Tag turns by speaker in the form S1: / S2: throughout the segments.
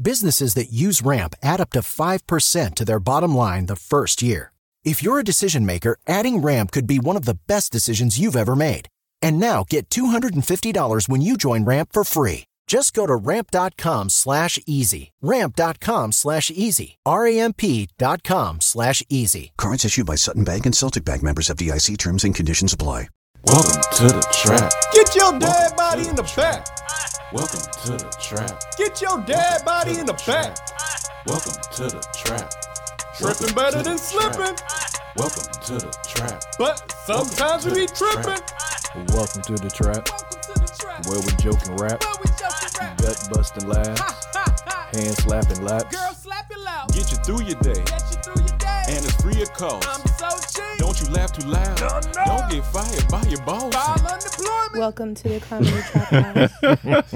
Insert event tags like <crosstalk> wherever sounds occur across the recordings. S1: Businesses that use Ramp add up to 5% to their bottom line the first year. If you're a decision maker, adding Ramp could be one of the best decisions you've ever made. And now get $250 when you join Ramp for free. Just go to ramp.com slash easy. Ramp.com slash easy. R-A-M-P dot com slash easy.
S2: Cards issued by Sutton Bank and Celtic Bank members of DIC terms and conditions apply.
S3: Welcome to the trap.
S4: Get your dad body in the back.
S3: Welcome to the trap.
S4: Get your dad body in the back.
S3: Welcome to the trap.
S4: Tripping better than slipping,
S3: Welcome to the trap.
S4: but sometimes we be tripping.
S5: Welcome to the trap, where we joke and rap, gut busting laughs, hand slapping laps.
S6: slap it loud.
S3: Get you through your day,
S6: Get you through your day.
S3: and it's free of cost.
S6: so cheap.
S3: Don't you laugh too loud.
S4: no.
S3: Don't get fired by your boss.
S6: unemployment.
S7: Welcome to the Comedy Trap House.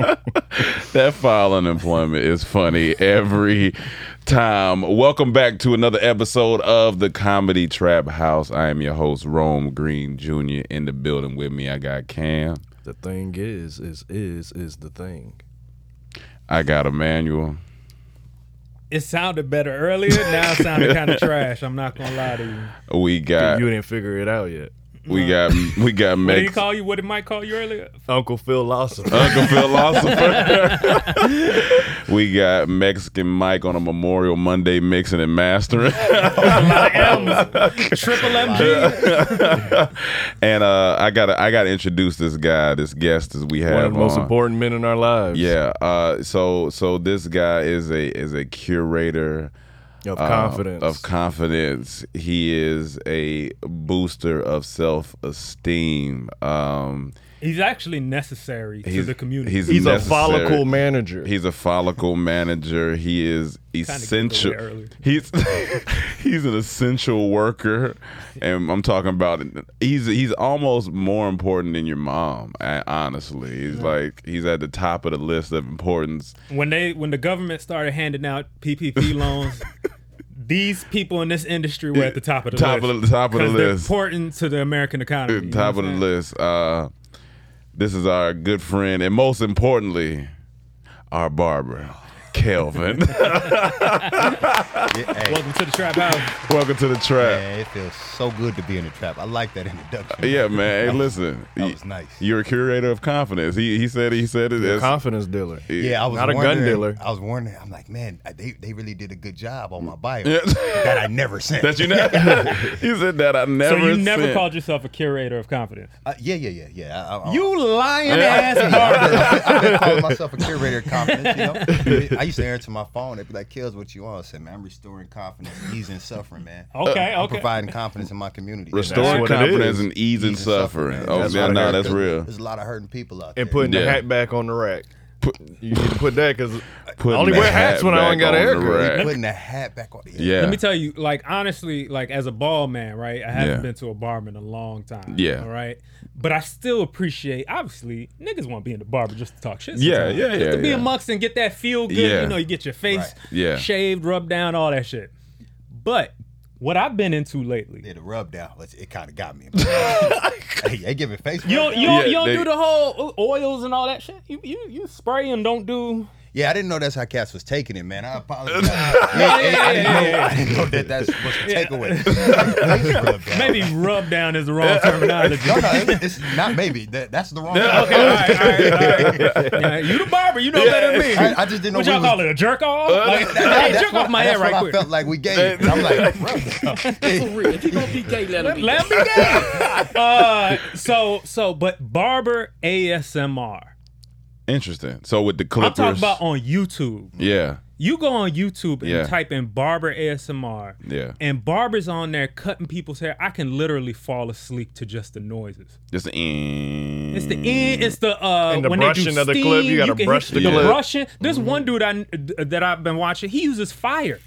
S8: that file unemployment is funny every time. Welcome back to another episode of the Comedy Trap House. I am your host, Rome Green Jr. In the building with me, I got Cam,
S5: The thing is, is, is, is the thing.
S8: I got Emmanuel,
S9: It sounded better earlier. Now it
S10: <laughs>
S9: sounded kind of trash. I'm not gonna lie to you.
S8: we got
S5: you didn't figure it out yet.
S8: we got we got
S9: What did he
S8: Mex,
S9: call you? What did Mike call you earlier?
S5: Uncle Phil Lawson.
S8: <laughs> Uncle Philosopher. <laughs> we got Mexican Mike on a Memorial Monday mixing and mastering. <laughs>
S9: <laughs> Triple MG.
S8: and uh, I gotta I gotta introduce this guy, this guest as we have
S5: One of the most <laughs>
S8: on.
S5: important men in our lives.
S8: Yeah. Uh, so so this guy is a is a curator
S5: Of
S8: uh,
S5: confidence.
S8: of confidence. He is a booster of self esteem. Um,
S9: He's actually necessary to
S8: he's
S9: the community.
S8: He's,
S5: He's a
S8: necessary.
S5: follicle manager.
S8: He's a follicle manager. He is
S9: gave it
S8: essential.
S9: away earlier.
S8: He's <laughs> he's an essential worker, and I'm talking about he's he's almost more important than your mom. uh, Honestly, he's like he's at the top of the list of importance.
S9: when they when the government started handing out
S8: <laughs>
S9: PPP loans, these people in this industry were at the top of the
S8: Top
S9: list.
S8: of the- top of the
S9: 'Cause they're
S8: list.
S9: Important to the American economy. you know
S8: top
S9: what
S8: of the
S9: I'm
S8: list. Uh, this is our good friend, and most importantly, our barber,
S9: <laughs>
S8: Kelvin. <laughs>
S9: saying? Welcome to the trap house.
S8: Welcome to the trap.
S11: Man, it feels so good to be in the trap. I like that introduction.
S8: Yeah, man. Hey, listen.
S11: That was nice.
S8: You're a curator of confidence. He he said he said it.
S5: a
S8: as-
S5: confidence dealer.
S11: yeah, I was
S5: Not a gun
S11: wondering-
S5: dealer.
S11: I was wondering. I'm like, man, I- they, they really did a good job on my bio
S8: Yeah.
S11: that I never
S8: <laughs>
S11: sent.
S8: that you never.
S9: <laughs>
S8: he said that I never.
S9: so you never
S8: sent.
S9: called yourself a curator of confidence.
S11: Uh, yeah, yeah, yeah, yeah. I, I,
S9: You lying ass. <laughs>
S11: I've been calling myself a curator of confidence. You know, <laughs> I used to answer my phone. They'd be like, "Kills, what you on?" I said, "Man, I'm restoring confidence, easing suffering, man.
S9: Okay,
S11: I'm
S9: okay.
S11: providing confidence in my
S9: <laughs>
S11: community. <laughs>
S8: Restoring
S11: man.
S8: confidence and easing suffering.
S11: man.
S8: Oh,
S11: That's
S8: yeah,
S11: what I
S8: nah,
S11: heard.
S8: that's real.
S11: There's a lot of hurting people out there.
S10: and putting the
S8: Yeah.
S10: hat back on the rack. you need to put that because I
S8: Putting
S10: only
S8: the
S10: wear hats
S8: hat
S10: when I
S8: back
S10: ain't got an
S8: on the
S10: haircut.
S8: rack.
S11: putting the hat back on.
S8: Yeah.
S9: Let me tell you, like honestly, like as a ball man, right? I haven't
S8: Yeah.
S9: been to a barber in a long time.
S8: Yeah.
S9: All right. But I still appreciate obviously niggas want to be in the barber just to talk shit.
S8: Yeah,
S9: sometimes.
S8: yeah,
S9: Just
S8: yeah,
S9: to be
S8: yeah.
S9: amongst and get that feel good.
S8: Yeah.
S9: You know, you get your face
S8: Yeah.
S9: shaved, rubbed down, all that shit. But what I've been into lately.
S11: Yeah, the rub down. let's- It kind of got me. hey, they giving face.
S9: You don't,
S11: rub
S9: you
S11: down?
S9: don't, you don't do the whole oils and all that shit. You you, you spray and don't do.
S11: Yeah, I didn't know that's how cats was taking it, man. I
S9: <laughs>
S11: apologize. yeah, yeah, I, didn't know, I didn't know that that's what's the takeaway.
S9: Maybe rub down is the
S8: <laughs>
S9: wrong terminology.
S11: no, no, it- it's not maybe. That, that's the wrong.
S9: Yeah, okay, all right, all right, all right. Yeah, you the barber, you know better than me.
S11: I, I just didn't know
S9: What y'all
S11: we was-
S9: call it? A jerk off? Like,
S11: That-
S9: hey,
S11: that's
S9: jerk
S11: what-
S9: off my hair
S11: that's what
S9: right
S11: I
S9: quick.
S11: felt like we gave. it. I'm like, rub
S9: <laughs>
S12: If you gonna be gay, let him be.
S9: Let me get it. Uh, so so, but barber ASMR.
S8: Interesting. So with the
S9: I'm
S8: clippers.
S9: talking about on YouTube.
S8: yeah.
S9: You go on YouTube and
S8: Yeah.
S9: type in barber ASMR,
S8: Yeah.
S9: and barbers on there cutting people's hair. I can literally fall asleep to just the noises.
S8: Just in.
S9: It's the end. It's the uh
S10: And the
S9: when they
S10: brushing
S9: do
S10: of the
S9: steam,
S10: clip, you gotta
S9: can
S10: brush
S9: hear
S10: the clip.
S9: brushing. There's
S11: Mm-hmm.
S9: one dude I that I've been watching. He uses fire.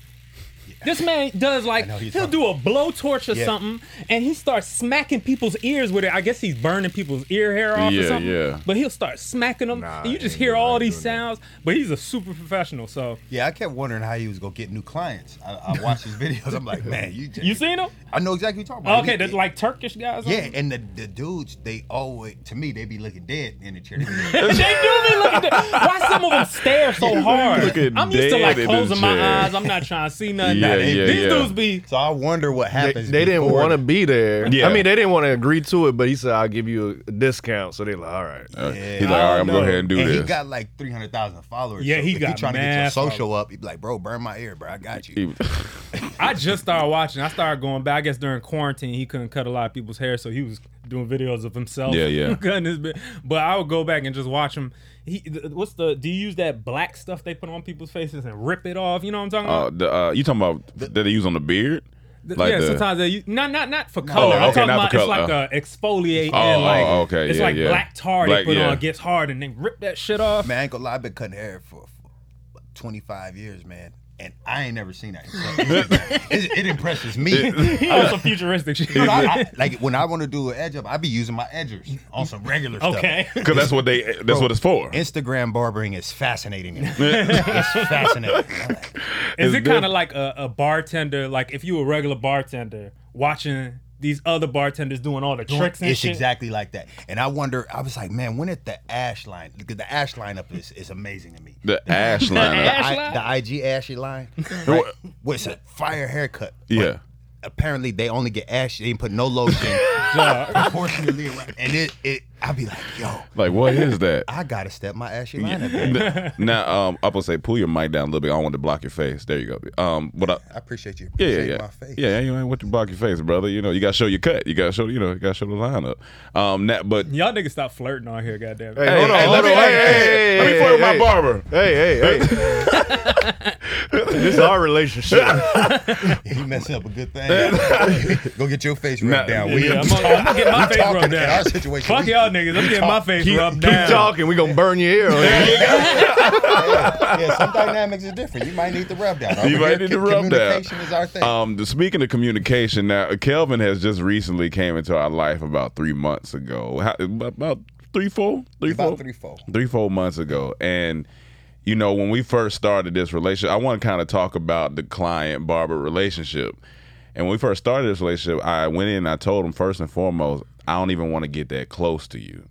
S9: This man does like he'll do a blowtorch or
S8: Yeah.
S9: something, and he starts smacking people's ears with it. I guess he's burning people's ear hair off or
S8: Yeah,
S9: something.
S8: yeah.
S9: But he'll start smacking them, and you just hear all these sounds. But he's a super professional, so
S11: <laughs> Yeah, I kept wondering how he was gonna get new clients. I, I watched his videos. I'm like, man, you just,
S9: you seen him?
S11: I know exactly what you're talking about.
S9: Okay,
S11: He-
S9: there's like Turkish guys. on
S11: Yeah,
S9: there.
S11: and the, the dudes, they always, to me, they be looking dead in the chair. <laughs> They be like,
S9: <laughs> they do be looking. Dead. Why some of them
S11: <laughs>
S9: stare so hard?
S11: Looking
S9: I'm used to like
S11: dead in the
S9: closing my
S11: chair.
S9: eyes. I'm not trying to
S10: <laughs>
S9: see
S11: Yeah,
S9: nothing.
S11: yeah,
S9: These
S11: yeah.
S9: dudes be
S11: So I wonder what
S10: They,
S11: happens.
S10: they didn't
S11: before
S10: want to
S11: the-
S10: be there.
S11: Yeah.
S10: I mean, they didn't want to agree to it, but he said, "I'll give you a discount." So they like, "All right."
S11: Yeah,
S8: He's Uh, like, all
S11: I
S8: right,
S11: don't
S8: I'm gonna go
S11: know.
S8: ahead and do
S11: He
S8: this.
S11: got like three hundred thousand followers.
S9: Yeah,
S11: so
S9: he
S11: if
S9: got
S11: you trying to get your
S9: mad
S11: social up. He be like, bro, burn my ear, bro. I got you.
S9: I just started watching. I started going back. I guess during quarantine, he couldn't cut a lot of people's hair, so he was doing videos of himself.
S8: Yeah,
S9: <laughs>
S8: yeah.
S9: cutting his bit. But I would go back and just watch him. He, th- what's the? Do you use that black stuff they put on people's faces and rip it off? You know what I'm talking about?
S8: Uh, the, uh, you talking about that they use on the beard?
S9: Th- yeah,
S8: the-
S9: sometimes they use, not not not for color. I'm
S8: okay,
S9: talking
S8: not
S9: about
S8: for
S9: it's
S8: color.
S9: like a exfoliate
S8: Oh,
S9: and like
S8: oh, okay,
S9: it's
S8: yeah,
S9: like
S8: yeah.
S9: black tar
S8: Black-
S9: they put
S8: yeah.
S9: on gets hard and they rip that shit off.
S11: Man, I ain't gonna lie, I've been cutting hair for, for twenty five years, man, and I ain't never seen that. <laughs> So it, it impresses me.
S9: <laughs> he on some futuristic shit.
S11: Dude, I- I- like when I want to do an edge up, I be using my edgers on some regular stuff.
S9: Okay.
S8: 'Cause that's what they- that's
S11: Bro,
S8: what it's for.
S11: Instagram barbering is fascinating.
S9: <laughs>
S11: to me. it's fascinating. I'm like,
S9: Is
S11: It's
S9: it kind of
S11: diff-
S9: like a, a bartender? Like if you were a regular bartender watching these other bartenders doing all the tricks and
S11: it's
S9: shit.
S11: exactly like that. And I wonder, I was like, man, when did the ash line? Because the ash lineup is is amazing to me.
S8: The ash line.
S11: the, I, the IG ashy line.
S9: <laughs>
S11: Right? What's a fire haircut?
S8: yeah.
S11: Apparently, they only get ash. They didn't put no
S9: <laughs>
S11: lotion.
S9: Yeah.
S11: Proportionately, around. and it it. I'd be like, yo,
S8: Like, what is that?
S11: I gotta step my ashy line up. man.
S8: Yeah. now, um, I'm gonna say, pull your mic down a little bit. I don't want to block your face. There you go. Um, but I,
S11: I appreciate you.
S8: Yeah, yeah,
S11: appreciating
S8: yeah.
S11: my face.
S8: Yeah, yeah, you ain't what to block your face, brother. You know, you gotta show your cut. You gotta show, you know, you gotta show the lineup. Um, now, but
S9: Y'all niggas stop flirting on here, goddamn.
S8: Hey, hold on, hold on. Hey, hey, hey, hey, hey, hey.
S10: Hey, hey, hey.
S8: <laughs>
S10: this is our relationship.
S11: You messing up a good thing. Go get your face rubbed down. We
S9: Yeah, I'm gonna- I'm gonna
S8: <laughs>
S9: get my
S11: we
S9: face
S11: talking
S9: rubbed
S11: in
S9: down.
S11: Our situation.
S9: Fuck
S11: we-
S9: y'all niggas. I'm
S11: we
S9: getting my
S11: talk-
S9: face
S10: Keep,
S9: rubbed
S10: keep
S9: down.
S10: talking. We gonna burn your ear. on
S11: Yeah, some dynamics are different. You might need the rub down.
S8: you
S11: Over here,
S8: might need
S11: co-
S8: to rub down.
S11: Communication is our thing.
S8: Um, the- speaking of communication, now Kelvin has just recently came into our life about three months ago. How, about three, four, three,
S11: About
S8: four?
S11: three, four.
S8: three, four months ago, and you know when we first started this relationship, I want to kind of talk about the client barber relationship. And when we first started this relationship, I went in and I told him first and foremost, I don't even want to get that close to you.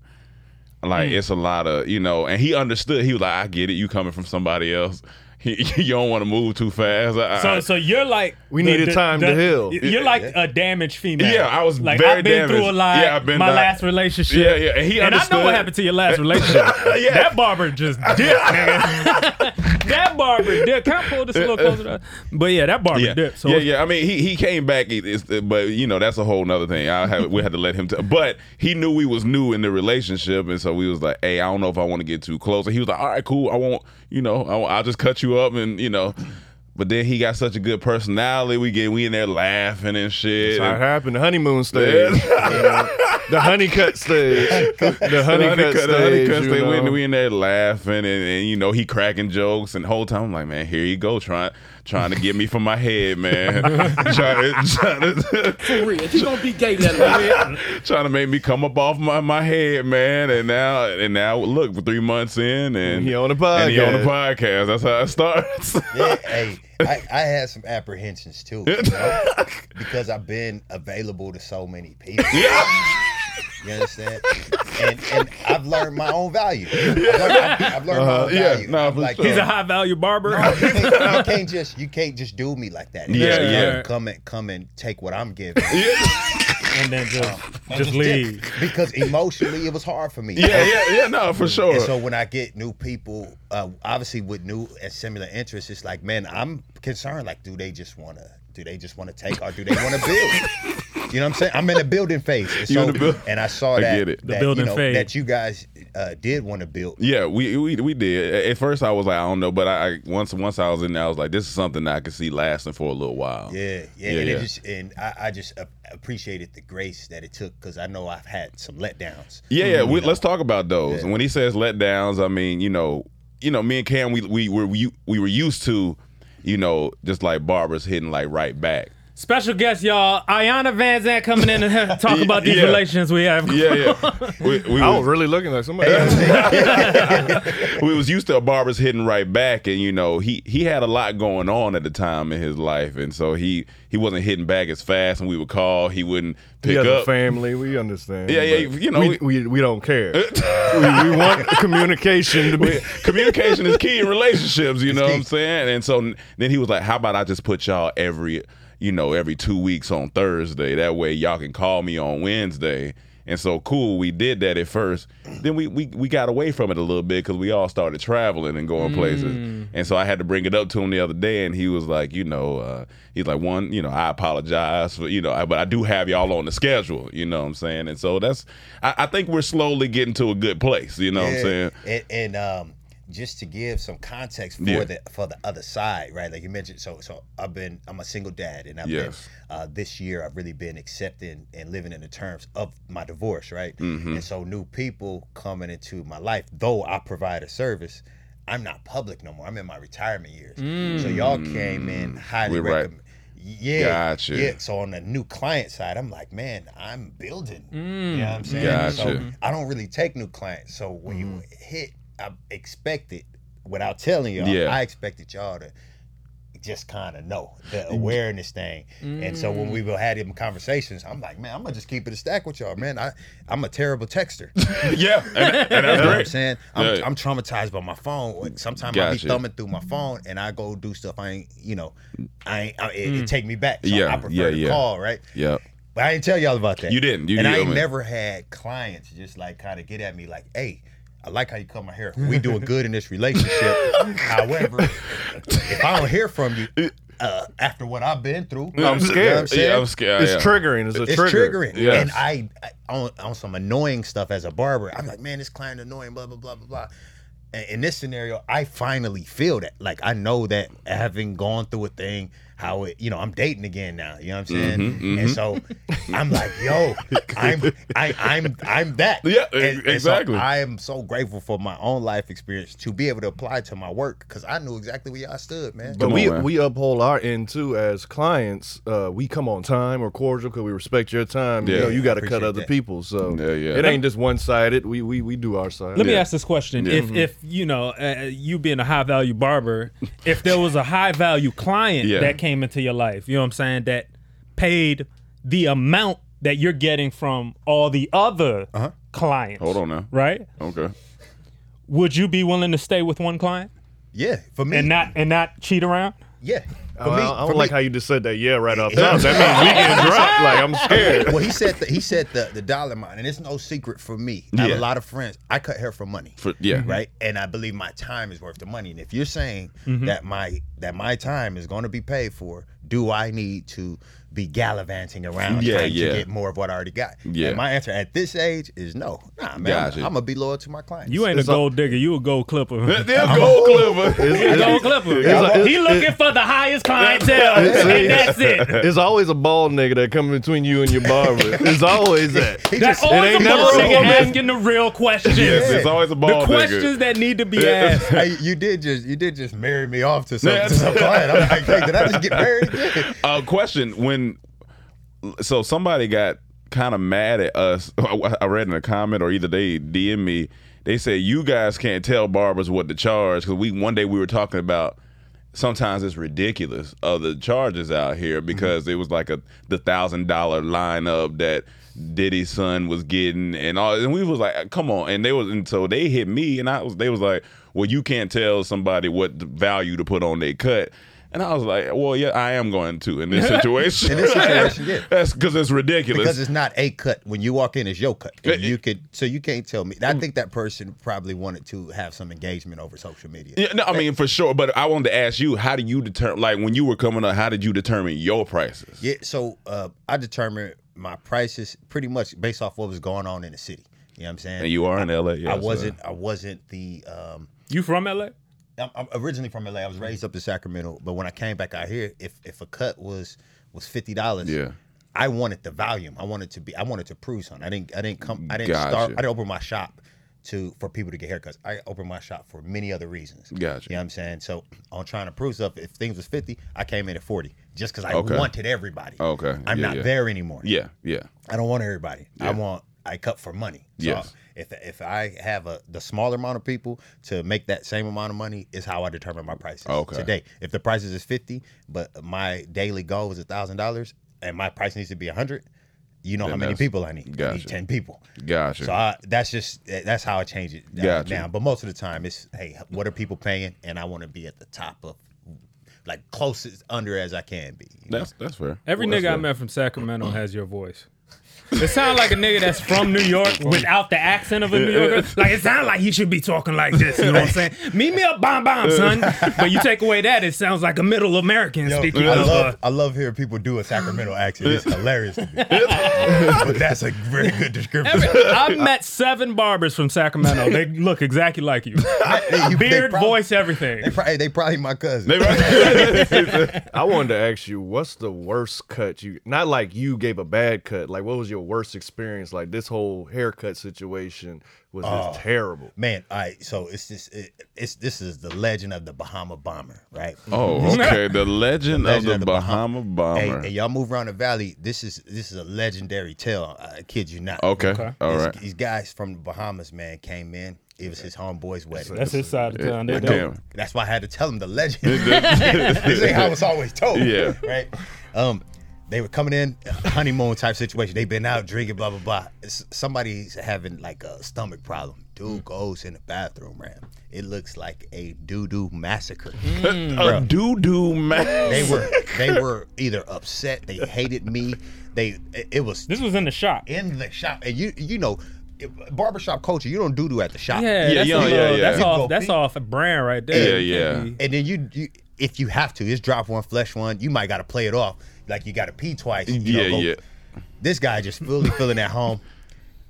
S8: Like
S11: Mm.
S8: it's a lot of you know, and he understood. He was like, "I get it. You coming from somebody else. <laughs> you don't want to move too fast." I- I-
S9: So, so you're like
S8: We
S9: the-
S8: needed
S9: the-
S8: time to
S9: the-
S8: heal.
S9: You're like a damaged female.
S8: Yeah, I was
S9: like
S8: very
S9: I've been through a
S8: damaged.
S9: lot.
S8: Yeah, I've been
S9: my
S8: that-
S9: last relationship.
S8: Yeah, yeah, and he
S9: I know
S8: understood.
S9: what happened to your last relationship.
S8: <laughs> Yeah.
S9: that
S8: <laughs>
S9: barber just dipped, nigga. <laughs> that barber dipped. Can I pull this
S8: <laughs>
S9: a little closer? to- But yeah, that barber
S8: yeah.
S9: dipped. So
S8: yeah, yeah. I mean, he he came back, he- it's- uh, but you know that's a whole nother thing. I have we had to let him. T- but he knew we was new in the relationship, and so we was like, "Hey, I don't know if I want to get too close." And he was like, "All right, cool. I won't. You know, I won't, I'll just cut you you up and you know. But then he got such a good personality. We get we in there laughing and shit.
S10: That's how it
S8: And-
S10: happened. The honeymoon stage. You know, the honeycut stage. The honeycut
S8: honeycut-
S10: stage.
S8: the honeycut
S10: you
S8: stage. We, in-
S10: know.
S8: we in there laughing and, and you know he cracking jokes and the whole time I'm like, man, here you go, trying trying to get me from my head,
S10: <laughs>
S8: man. <laughs> trying, to,
S12: For real. If you gonna be gay, let him be.
S8: trying to make me come up off my, my head, man. And now and now look, we're three months in and
S10: He on the
S8: And he on the podcast.
S10: podcast.
S8: That's how it
S10: <laughs>
S8: starts.
S11: Yeah, hey, I, I had some apprehensions too, you know, because I've been available to so many people. You understand? And, and I've learned my own value. I've learned, I've, I've learned my
S8: Uh-huh,
S11: own
S8: yeah,
S11: value.
S8: nah,
S11: I'm
S8: for
S11: like,
S8: sure.
S9: He's a
S11: "Hey,
S9: high value barber.
S11: you can't, you can't just you can't just do me like that. You
S9: Yeah,
S11: gotta
S9: yeah.
S11: Come, come and come and take what I'm giving.
S9: and then just
S11: And
S9: just leave.
S11: dip. because emotionally it was hard for me.
S8: Yeah, yeah, yeah, no, for sure.
S11: And so when I get new people, uh, obviously with new and similar interests, it's like, man, I'm concerned. Like, do they just wanna? Do they just wanna take or do they
S8: <laughs>
S11: wanna build? You know what I'm saying? I'm in the building phase, and,
S8: You in
S11: so-
S8: the buil-
S11: and I saw
S8: I
S11: that
S8: get it. The
S11: that,
S8: building
S11: you know,
S8: phase.
S11: that you guys uh, did want to build.
S8: Yeah, we, we we did. A- At first, I was like, I don't know, but I, I once once I was in there, I was like, this is something that I could see lasting for a little while.
S11: Yeah, yeah,
S8: yeah,
S11: and,
S8: yeah.
S11: It just, and I, I just a- appreciated the grace that it took because I know I've had some letdowns.
S8: Yeah, yeah. We,
S11: You know?
S10: Mm-hmm.
S8: let's talk about those. And When he says letdowns, I mean, you know, you know, me and Cam, we we were we, we were used to, you know, just like barbers hitting like right
S10: <laughs>
S8: back.
S9: Special guest, y'all. Ayana Van Zandt coming in and <laughs> talk about these
S8: Yeah.
S9: relations we have.
S8: Yeah, yeah. We, we
S10: I
S8: was-
S10: was really looking like somebody.
S8: <laughs> we was used to a barber's hitting right back, and you know he he had a lot going on at the time in his life, and so he he wasn't hitting back as fast. And we would call, he wouldn't
S10: He
S8: pick
S10: has
S8: up.
S10: a family. We understand.
S8: Yeah, yeah,
S10: but
S8: you know,
S10: we,
S8: we-
S10: we, we
S8: <laughs>
S10: don't care. we, we want communication to be.
S8: Communication is key in relationships, you know what I'm saying? And so then he was like, "How about I just put y'all every, you know, every two weeks on Thursday? That way y'all can call me on Wednesday." And so cool, we did that at first. Then we we, we got away from it a little bit because we all started traveling and going places. And so I had to bring it up to him the other day, and he was like, you know, uh, he's like, one, you know, I apologize for, you know, I, but I do have y'all on the schedule, you know what I'm saying? And so that's, I, I think we're slowly getting to a good place, you know what I'm saying?
S11: And, and um, just to give some context for
S8: Yeah.
S11: the for the other side, right? Like you mentioned, so so I've been I'm a single dad, and I've
S8: Yes.
S11: been uh, this year I've really been accepting and living in the terms of my divorce, right?
S8: Mhm.
S11: And so new people coming into my life, though I provide a service. I'm not public no more. I'm in my retirement years. So y'all came in highly
S8: Mm. We're right.
S11: recommend. Yeah.
S8: Gotcha.
S11: Yeah. So on the new client side, I'm like, man, I'm building. You
S9: Mm.
S11: know what I'm saying?
S8: Gotcha.
S11: So I don't really take new clients. So when you hit, I expected, without telling y'all,
S8: Yeah.
S11: I expected y'all to just kind of know the awareness thing. And so when we were had them conversations, I'm like, man, I'm gonna just keep it a stack with y'all, man. I I'm a terrible texter.
S10: <laughs>
S8: yeah, and, and
S11: You
S8: <laughs> that's
S11: know what I'm
S8: great.
S11: saying? I'm,
S8: Yeah.
S11: I'm traumatized by my phone. Sometimes I be
S8: Gotcha.
S11: thumbing through my phone and I go do stuff I ain't, you know, I ain't, I, it, it take me back. So
S8: Mm. Yeah,
S11: I prefer
S8: yeah,
S11: to
S8: yeah.
S11: call, right?
S8: Yeah.
S11: But I didn't tell y'all about that.
S8: You didn't. You-
S11: and
S8: you-
S11: I
S8: I
S11: ain't
S8: mean-
S11: never had clients just like kind of get at me like, hey, I like how you cut my hair. We doing good in
S8: <laughs>
S11: this relationship. However, if I don't hear from you uh, after what I've been through, you know
S10: I'm
S11: what
S10: scared.
S11: saying?
S8: Yeah, I'm scared.
S10: It's
S8: yeah.
S10: triggering. It's a
S11: It's
S10: trigger.
S11: triggering. And I, I on, on some annoying stuff as a barber, I'm like, man, this client annoying, blah, blah, blah, blah, blah. And in this scenario, I finally feel that. Like I know that having gone through a thing, how it, you know, I'm dating again now. You know what I'm saying?
S8: Mhm, mhm.
S11: And so I'm like, yo, I'm I, I'm I'm that.
S8: Yeah, e,
S11: And- and so
S8: exactly.
S11: I am so grateful for my own life experience to be able to apply to my work because I knew exactly where y'all stood, man.
S10: But
S8: Come
S10: we
S8: on, man.
S10: we uphold our end too as clients. Uh, we come on time or cordial because we respect your time.
S8: Yeah.
S10: you know, you got to
S11: Appreciate
S10: cut other
S11: that.
S10: people. So
S8: Yeah, yeah.
S10: it ain't just one sided. We we we do our side.
S9: Let me ask this question:
S8: Yeah. Mm-hmm.
S9: If, if you know, uh, you being a high value barber, if there was a high value client
S8: Yeah.
S9: that came into your life, you know what I'm saying, that paid the amount that you're getting from all the other
S8: Uh-huh.
S9: clients,
S8: Hold on now.
S9: right?
S8: Okay.
S9: Would you be willing to stay with one client
S11: Yeah, for me.
S9: and not and not cheat around?
S11: yeah. For
S10: Oh,
S11: me,
S10: I, I
S11: for
S10: don't
S11: me.
S10: like how you just said that. Yeah, right off top. That means we get dropped. Like
S8: <laughs>
S10: I'm scared.
S11: well, he said the, he said the the dollar amount, and it's no secret for me. I
S8: Yeah.
S11: have a lot of friends. I cut hair for money,
S8: For, yeah.
S11: right? And I believe my time is worth the money. And if you're saying that my that my time is going to be paid for, do I need to be gallivanting around
S8: Yeah,
S11: trying
S8: yeah.
S11: to get more of what I already got.
S8: Yeah.
S11: And my answer at this age is no. Nah, man,
S8: Gotcha.
S11: I'm, gonna be loyal to my clients.
S9: You ain't a
S11: It's like-
S9: gold digger. You a gold clipper.
S8: They're gold
S10: <laughs>
S8: clipper.
S9: He a gold clipper. he looking for the highest clientele, and that's it.
S10: It's always a bald nigga that comes between you and your barber. It's always that.
S9: That's always a bald
S10: a
S9: nigga
S10: woman.
S9: asking the real questions.
S10: Yes, it's always a
S9: The
S10: bald nigga.
S9: questions that need to be asked.
S11: Hey, you did just you did just marry me off to some, to some client. I'm like, hey, did I just get married?
S8: <laughs> uh, question: When so somebody got kind of mad at us, <laughs> I read in a comment or either they DM me, they said you guys can't tell barbers what to charge because we one day we were talking about sometimes it's ridiculous of the charges out
S11: Mm-hmm.
S8: here because it was like a the thousand dollar lineup that Diddy's son was getting and all and we was like "Uh, come on and they was and so they hit me and I was they was like well you can't tell somebody what value to put on their cut and I was like well yeah I am going to
S11: <laughs>
S8: in this situation
S11: In this situation,
S8: <laughs>
S11: yeah.
S8: that's because it's ridiculous
S11: Because it's not a cut. When you walk in, it's your cut. And you could so you can't tell me.
S8: Mm.
S11: I think that person probably wanted to have some engagement over social media.
S8: Yeah, no, I mean for sure. But I wanted to ask you, how do you determine? Like when you were coming up, how did you determine your prices?
S11: Yeah, so uh, I determined my prices pretty much based off what was going on in the city. You know what I'm saying?
S8: And you are in LA, yeah,
S11: I
S8: so-
S11: wasn't. I wasn't the. Um,
S9: you from LA?
S11: I'm, I'm originally from LA. I was raised up in Sacramento, but when I came back out here, if if a cut was was fifty dollars,
S8: Yeah.
S11: I wanted the volume. I wanted to be. I wanted to prove something. I didn't. I didn't come. I didn't start.
S8: Gotcha.
S11: I didn't open my shop to for people to get haircuts. I opened my shop for many other reasons.
S8: Gotcha.
S11: You know what I'm saying? So on trying to prove stuff, if things was fifty, I came in at forty just because I
S8: Okay.
S11: wanted everybody.
S8: Okay,
S11: I'm
S8: yeah,
S11: not
S8: yeah.
S11: there anymore.
S8: Yeah, yeah.
S11: I don't want everybody.
S8: Yeah.
S11: I want I cut for money. So
S8: Yes.
S11: if if I have a the smaller amount of people to make that same amount of money is how I determine my prices
S8: Okay.
S11: today. If the prices is fifty, but my daily goal is a thousand dollars, and my price needs to be a hundred, you know
S8: Then
S11: how many
S8: that's-
S11: people I need. I need
S8: gotcha.
S11: ten people.
S8: Gotcha.
S11: So I, that's just that's how I change it now.
S8: Gotcha.
S11: now. But most of the time, it's hey, what are people paying? And I want to be at the top of, like closest under as I can be. you know?
S8: That's that's fair.
S9: Every
S11: Well,
S9: nigga
S11: that's
S9: I met from Sacramento has your voice. It sounds like a nigga that's from New York without the accent of a New Yorker. Like it sounds like he should be talking like this. You know what I'm saying? Meet me up, bomb bomb, son. But you take away that, it sounds like a middle American
S11: Yo,
S9: speaking.
S11: I
S9: of, uh,
S11: love I love hearing people do a Sacramento accent. It's
S8: <laughs>
S11: hilarious to me. but that's a very good description.
S9: I met seven barbers from Sacramento. They look exactly like you. Beard, voice, everything. They
S11: probably, they probably my cousin. <laughs>
S10: I wanted to ask you, what's the worst cut you? Not like you gave a bad cut. Like, what was your worst experience? Like this whole haircut situation was
S11: Oh,
S10: just terrible.
S11: Man, all right. So it's this it, it's this is the legend of the Bahama bomber, right?
S9: <laughs>
S8: Oh, okay. The legend,
S11: The legend
S8: of the, Bahama
S11: Hey,
S8: bomber.
S11: and y'all move around the valley. This is this is a legendary tale. I kid you not.
S8: Okay, Okay. all
S11: These-
S8: right.
S11: These guys from the Bahamas, man, came in. It was his homeboy's wedding.
S9: That's his side of town. They
S11: I
S9: don't.
S11: know. That's why I had to tell him the legend. <laughs>
S9: It-
S11: this ain't how it's always told.
S9: Yeah.
S11: Right. Um, they were coming in honeymoon type situation. They've been out drinking, blah blah blah. S- somebody's having like a stomach problem. Dude goes in the bathroom, man. It looks like a doo doo massacre.
S8: a doo doo Mm.
S11: <laughs>
S8: massacre.
S11: They were they were either upset, they hated me, they it- it was
S9: This was in the shop.
S11: In the shop, and you you know, it- barbershop culture. You don't doo doo at the shop.
S9: Yeah, that's, a little- that's off. That's
S11: all.
S9: off brand right there.
S11: And then you, you, if you have to, just drop one, flesh one. You might got to play it off like you got to pee twice. you know,
S8: Yeah,
S11: go-
S8: yeah.
S11: This guy just fully feeling at home,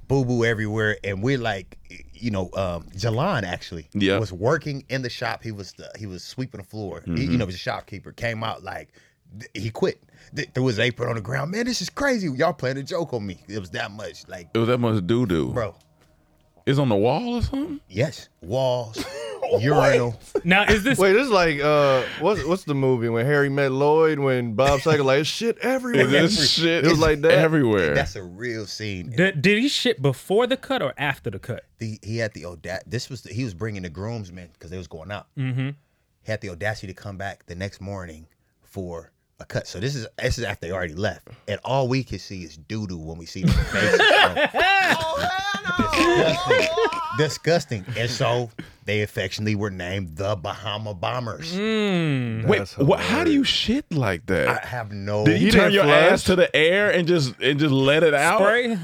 S11: boo boo everywhere, and we're like, you know, um, Jalan actually
S8: Yeah.
S11: was working in the shop. He was the, he was sweeping the floor. He, you
S8: Mhm.
S11: know, was a shopkeeper. Came out like th- he quit. Th- threw his apron on the ground. Man, this is crazy. Y'all playing a joke on me. It was that much. Like,
S8: It was that much doo doo,
S11: bro.
S8: It's on the wall or something.
S11: Yes,
S8: <laughs>
S11: walls, urinal.
S9: Now is this
S10: wait? This is like uh, what's what's the movie when Harry met Lloyd when Bob Saget like it's shit everywhere.
S8: This shit
S10: it was
S8: is
S10: like that
S8: everywhere.
S11: That's a real scene.
S9: Did, did he shit before the cut or after the cut?
S11: the he had the audacity. This was the, he was bringing the groomsmen because they was going out.
S9: Mhm.
S11: He had the audacity to come back the next morning for a cut. So this is this is after they already left, and all we can see is doo doo when we see their faces. Disgusting. Disgusting. And so they affectionately were named the Bahama Bombers.
S8: Wait, what, how do you shit like that?
S11: I have no.
S8: Did you turn your ass to the air and just and just let it
S10: Oh,
S8: out?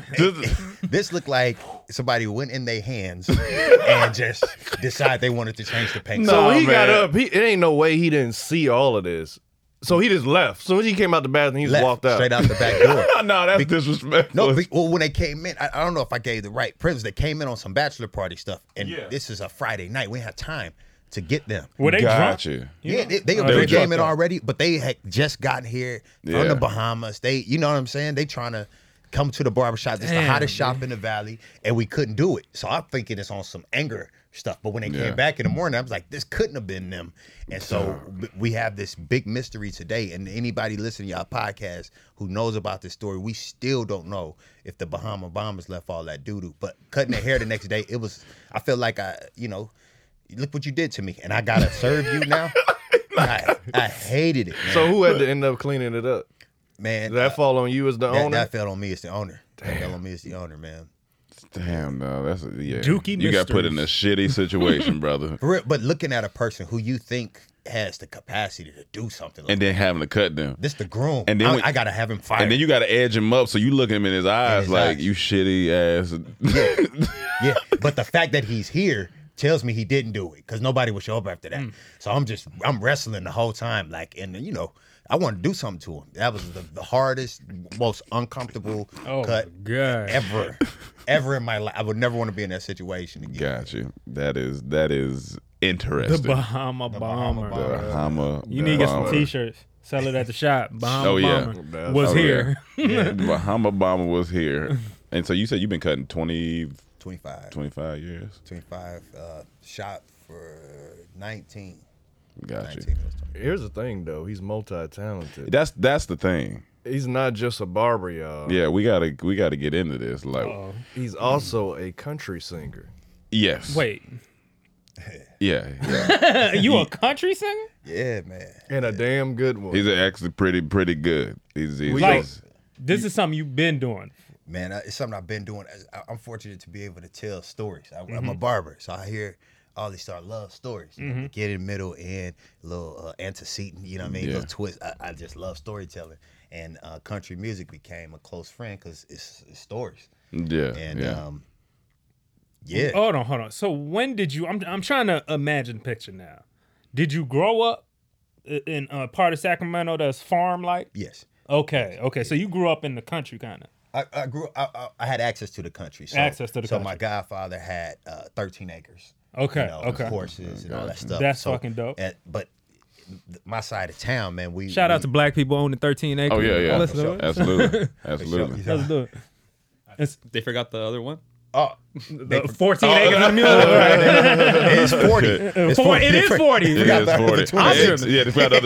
S10: <laughs>
S11: This, looked like somebody went in
S8: <laughs>
S11: their hands and just decided they wanted to change the paint.
S10: so he got up. He it ain't no way he didn't see all of this. So he just left. So when he came out the bathroom, he just
S11: Left,
S10: walked out <laughs>
S11: straight out the back door.
S10: no, that's disrespectful.
S11: No, be, well, when they came in, I, I don't know if I gave the right privilege. They came in on some bachelor party stuff, and
S10: Yeah.
S11: this is a Friday night. We didn't have time to get them.
S10: Were
S11: <laughs>
S10: they drunk? Gotcha.
S11: Yeah, they, they,
S10: Oh,
S11: they,
S10: they were
S11: came in
S10: drunk.
S11: already, but they had just gotten here
S10: Yeah.
S11: from the Bahamas. They, you know what I'm saying? They trying to come to the barbershop. It's the
S10: Damn,
S11: hottest shop in the valley, and we couldn't do it. So I'm thinking it's on some anger stuff. But when they
S10: Yeah.
S11: came back in the morning, I was like, this couldn't have been them. And so b- we have this big mystery today. And anybody listening to our podcast who knows about this story, we still don't know if the Bahama bombers left all that doo doo. But cutting their hair the next day, it was, I feel like I, you know, look what you did to me. And I got to serve you
S10: <laughs>
S11: now. I, I hated it.
S10: So
S11: man.
S10: who had to end up cleaning it up?
S11: Man,
S10: Did that fall on you as the
S11: that,
S10: owner.
S11: that fell on me as the owner. That fell on me as the owner, man.
S8: Damn, no, that's a, yeah.
S11: Dookie
S8: you got put in a
S11: Mysteries.
S9: <laughs>
S8: shitty situation, brother,
S11: For real, but looking at a person who you think has the capacity to do something, like
S8: and then having to cut them.
S11: this the groom,
S8: And then
S11: I,
S8: when-
S11: I gotta have him fired.
S8: And then you got to edge him up, so you look him in his eyes
S11: his
S8: like
S11: eyes.
S8: you shitty ass. <laughs>
S11: yeah, but the fact that he's here tells me he didn't do it because nobody would show up after that. So I'm just I'm wrestling the whole time, like, and you know, I want to do something to him. That was the, the hardest, most uncomfortable
S9: Oh,
S11: cut ever, ever in my life. I would never want to be in that situation again.
S8: Got you. That is that is interesting. Uh,
S9: The Bahama Bomber.
S8: Bahama
S9: You need to get some
S8: Bomber.
S9: T-shirts. Sell it at the shop. Bahama
S8: oh yeah,
S9: Bomber was
S8: Oh, yeah.
S9: here. <laughs>
S8: Yeah, Bahama Bomber was here, and so you said you've been cutting 20,
S11: 25.
S8: 25 years.
S11: 25 uh, shot for 19.
S8: Got you.
S10: Here's the thing, though. He's multi-talented.
S8: That's that's the thing.
S10: He's not just a barber, y'all.
S8: Yeah, we gotta we gotta get into this. Like,
S9: Uh,
S10: He's also a country singer.
S8: yes,
S9: Wait, Uh,
S8: yeah, yeah.
S9: you a country singer?
S11: Yeah, man.
S10: And a damn good one.
S8: He's actually pretty pretty good. He's, he's
S9: Like this is something you've been doing.
S11: Man, I- it's something I've been doing. I- I'm fortunate to be able to tell stories. I, I'm
S9: Mm-hmm.
S11: a barber, so I hear all these sort of love stories. You know,
S10: Mhm.
S11: Beginning, middle, end, little uh, antecedent, you know what I mean?
S10: Yeah.
S11: Little twist. I, I just love storytelling. And uh, country music became a close friend because it's, it's stories.
S9: Uh,
S8: yeah,
S11: And
S8: yeah.
S11: um,
S9: Oh,
S11: yeah.
S9: Hold on, hold on. So when did you? I'm I'm trying to imagine picture now. Did you grow up i- in a part of Sacramento that's farm like?
S11: Yes.
S9: Okay, okay. So you grew up in the country, kind of.
S11: I, I grew. I, I, I had access to the country. So,
S9: Access to the
S11: so
S9: country.
S11: my godfather had uh, thirteen acres.
S9: Okay,
S11: you know,
S9: okay.
S11: Horses and all that
S9: Gotcha.
S11: stuff.
S9: That's
S11: So,
S9: fucking dope.
S11: at- but th- my side of town, man. We
S9: Shout out to black people owning 13 acres.
S8: Oh, yeah, yeah.
S9: Listen to it. <laughs>
S8: Absolutely. Absolutely.
S9: Let's do it.
S12: They forgot the other one.
S9: <laughs>
S11: Oh,
S9: The 14 acres on the mule. right.
S11: It's forty. It's
S9: Four- <laughs> It
S8: <laughs>
S9: is
S8: It
S9: 40.
S8: is forty. Yeah, it's-
S9: <laughs>
S8: yeah, they forgot the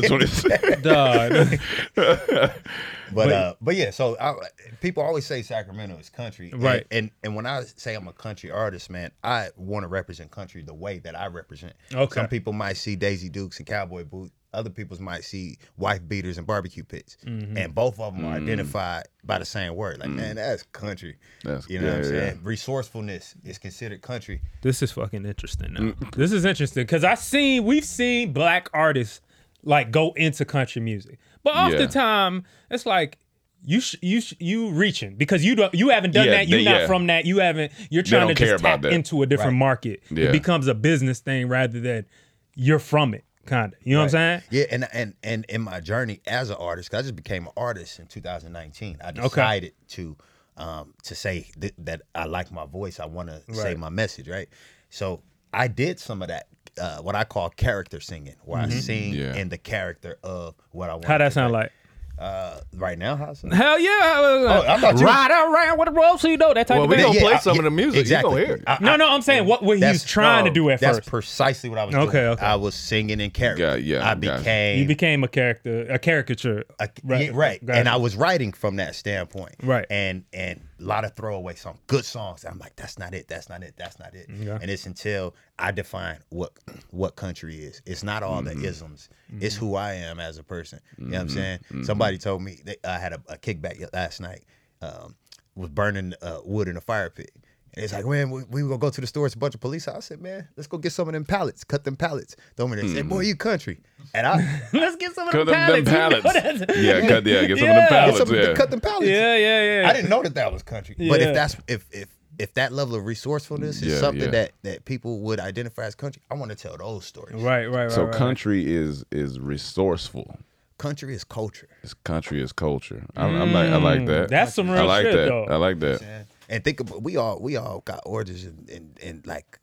S8: other twenty.
S11: But, uh, but yeah, so I, people always say Sacramento is country, and-
S9: Right.
S11: And, and when I say I'm a country artist, man, I want to represent country the way that I represent.
S9: Okay.
S11: Some people might see Daisy Dukes and cowboy boots. Other people's might see wife beaters and barbecue pits,
S9: Mhm.
S11: and both of them are
S8: Mm.
S11: identified by the same word. Like,
S8: Mm.
S11: man, that's country.
S8: That's-
S11: you know
S8: yeah,
S11: what I'm
S8: yeah,
S11: saying. Resourcefulness is considered country.
S9: <laughs> This is fucking interesting now.
S8: Mm.
S9: This is interesting because I seen we've seen black artists like go into country music, but
S8: Yeah.
S9: oftentimes it's like you sh- you sh- you reaching because you don't you haven't done
S8: Yeah,
S9: that. You're
S8: they-
S9: not
S8: yeah.
S9: from that. You haven't. You're
S8: They
S9: trying to
S8: don't care
S9: just
S8: about
S9: tap
S8: that.
S9: into a different
S8: Right.
S9: market.
S11: Yeah.
S9: It becomes a business thing rather than you're from it. Kinda. You know what I'm saying?
S11: Yeah, and and and in my journey as an artist, 'cause I just became an artist in 2019. I
S9: Okay.
S11: decided to um to say th- that I like my voice. I want to say
S9: Right.
S11: my message, right? So I did some of that uh, what I call character singing, where I
S9: Mhm.
S11: sing
S8: Yeah.
S11: in the character of what I want.
S9: How that sound like?
S11: Uh, right now, how's
S9: <laughs>
S11: it?
S9: Hell yeah!
S11: Oh, I thought you-
S9: Ride around with a rope, so you know that type
S11: Well,
S9: of
S11: we
S9: thing.
S11: gonna play Yeah, some of the yeah, music. You exactly. gonna hear it. I-
S9: No, no, I'm saying what what he was
S11: That's-
S9: trying
S11: no,
S9: to do at
S11: that's
S9: first.
S11: precisely what I was
S9: Okay,
S11: doing.
S9: okay.
S11: I was singing in character.
S8: yeah,
S11: I
S8: gotcha.
S11: became
S9: You became a character, a caricature,
S11: right, yeah, right.
S9: Gotcha.
S11: and I was writing from that standpoint,
S9: Right.
S11: and and a lot of throwaway songs, good songs. I'm like, that's not it, that's not it, that's not it,
S9: Yeah.
S11: and it's until I define what what country is. It's not all
S8: Mhm.
S11: the isms. It's
S9: Mhm.
S11: who I am as a person. You know what I'm
S8: Mhm.
S11: saying?
S8: Mhm.
S11: Somebody told me that I had a, a kickback last night. Um, was burning uh, wood in a fire pit. And it's like, man, we, we were gonna go to the store. It's a bunch of police. I said, man, let's go get some of them pallets. Cut them pallets. Don't they say,
S8: Mhm.
S11: boy, you country. And I,
S9: Let's get some of
S8: Cut
S9: them
S8: them, them
S9: pallets. You know
S8: pallets.
S9: that's-
S8: yeah, cut yeah, get some of them
S9: Yeah. Get
S8: pallets.
S11: some-
S8: yeah.
S11: cut them pallets.
S9: Yeah, yeah, yeah.
S11: I didn't know that that was country. But
S9: Yeah.
S11: if that's if if if that level of resourcefulness is
S8: Yeah,
S11: something
S8: yeah.
S11: that that people would identify as country, I want to tell those stories.
S9: Right, right, right.
S8: so
S9: right.
S8: country is is resourceful.
S11: Country is culture.
S8: Country is culture. I, I'm like, I
S9: Mm.
S8: like that. I like that. Uh, I like that.
S11: And think about we all we all got origins in, in, in like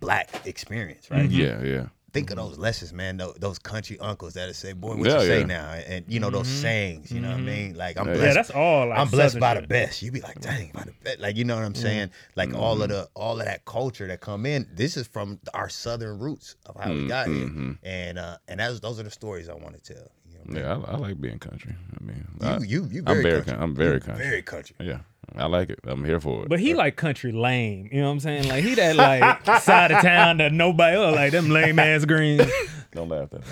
S11: black experience, right?
S9: Mm-hmm.
S8: Mhm. Yeah, yeah.
S11: Think of those lessons, man. Those, those country uncles that say, "Boy, what
S8: Yeah,
S11: you say
S8: yeah.
S11: now?" And you know those
S9: Mhm.
S11: sayings. You know
S9: Mhm.
S11: what I mean? Like I'm
S9: Yeah,
S11: blessed.
S9: that's all, like,
S11: I'm blessed
S9: Southern
S11: by the
S9: shit.
S11: best. You be like, "Dang, by the best." Like you know what I'm
S9: Mhm.
S11: saying? Like all of
S9: Mhm.
S11: the all of that culture that come in. This is from our southern roots of how we got
S8: Mhm.
S11: here, and uh, and that's those are the stories I want to tell.
S8: Yeah, I, I like being country. I mean,
S11: You-
S8: I,
S11: you- you
S8: I'm
S11: very
S8: very,
S11: country.
S8: coun- I'm very
S11: You
S8: country.
S11: very country.
S8: Yeah, I like it. I'm here for it.
S9: But he like country lame. You know what I'm saying? Like he that like <laughs> side of town that nobody else like them lame ass greens.
S8: Don't laugh at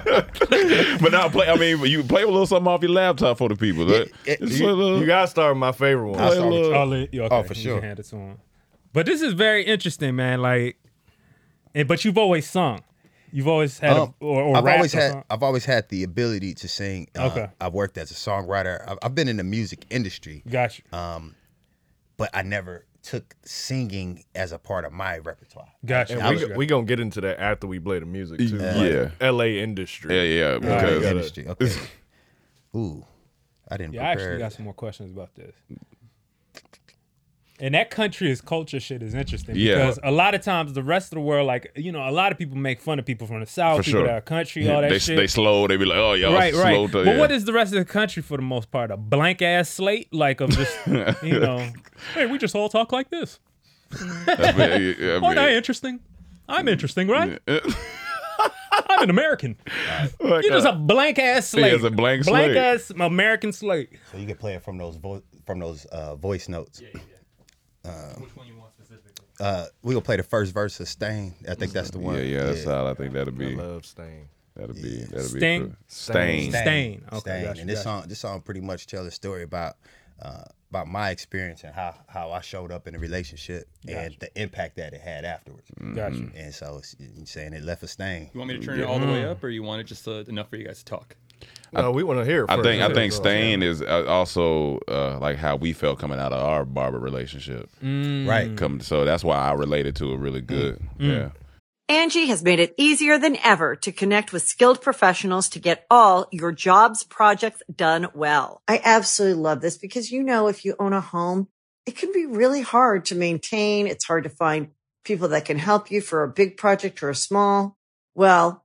S8: that. <laughs> but now play. I mean, you play a little something off your laptop for the people. Right? Just play a
S10: You,
S8: little-
S10: you gotta start with my favorite one.
S8: I'll start with
S9: I'll let you- okay,
S10: Oh, for
S9: you
S10: sure.
S9: can hand it to him. But this is very interesting, man. Like, and, but you've always sung. You've always had,
S8: Oh,
S11: Um,
S9: a, or, or
S11: I've
S9: rapped
S11: always
S9: or
S11: had
S9: something.
S11: I've always had the ability to sing. Uh,
S9: Okay.
S11: I've worked as a songwriter. I've, I've been in the music industry.
S9: Gotcha.
S8: Uh,
S11: Um, but I never took singing as a part of my repertoire.
S10: And
S11: I
S10: we,
S11: was-
S10: we gonna get into that after we play the music too.
S8: Yeah.
S10: Like, LA industry.
S8: Yeah, yeah,
S10: Like,
S8: because-
S10: gotta-
S8: Industry, okay. <laughs>
S11: Ooh, I didn't
S9: Yeah, I actually got some more questions about this. And that country is culture shit is interesting
S8: Yeah.
S9: because a lot of times the rest of the world, like you know, a lot of people make fun of people from the south,
S8: for
S9: people
S8: sure.
S9: that are country,
S8: Yeah,
S9: all that
S8: they,
S9: shit.
S8: They slow. They be like, oh, y'all
S9: right,
S8: slow.
S9: right.
S8: To,
S9: but what is the rest of the country for the most part? A blank ass slate, like
S8: <laughs>
S9: of just you know, hey, we just all talk like this. <laughs>
S8: mean, yeah, I
S9: Aren't I <laughs>
S8: mean-
S9: interesting? I'm interesting, right? I'm an American.
S8: Like uh,
S9: You're just
S8: a-
S9: a blank ass
S8: Yeah,
S9: slate.
S8: it's a blank
S9: blank
S8: slate.
S9: ass American slate.
S11: So you can play it from those vo- from those uh, voice notes. Uh, Which one you want specifically? Uh, we gonna play the first verse of Stain. I think that's the one.
S8: Yeah, yeah, that's all. I think that'll be.
S10: I love Stain.
S8: That'll be. That'll be.
S9: Stain?
S8: cool. Stain.
S9: Stain. Okay, gotcha,
S11: and this
S9: gotcha.
S11: song, this song pretty much tells a story about uh, about my experience and how how I showed up in a relationship and the impact that it had afterwards.
S8: Mm.
S9: Gotcha.
S11: And so it's, you saying it left a stain.
S12: You want me to turn it all the way up, or you want it just uh, enough for you guys to talk?
S10: No, we want to hear. It
S8: I
S10: first.
S8: think I
S10: Yeah.
S8: think Stain is uh, also uh, like how we felt coming out of our barber relationship,
S13: Mm. Right.
S8: Come, so that's why I related to it
S10: Mm.
S8: really good. Yeah,
S13: Angie has made it easier than ever to connect with skilled professionals to get all your jobs projects done well. I absolutely love this because, you know, if you own a home, it can be really hard to maintain. It's hard to find people that can help you for a big project or a small. Well,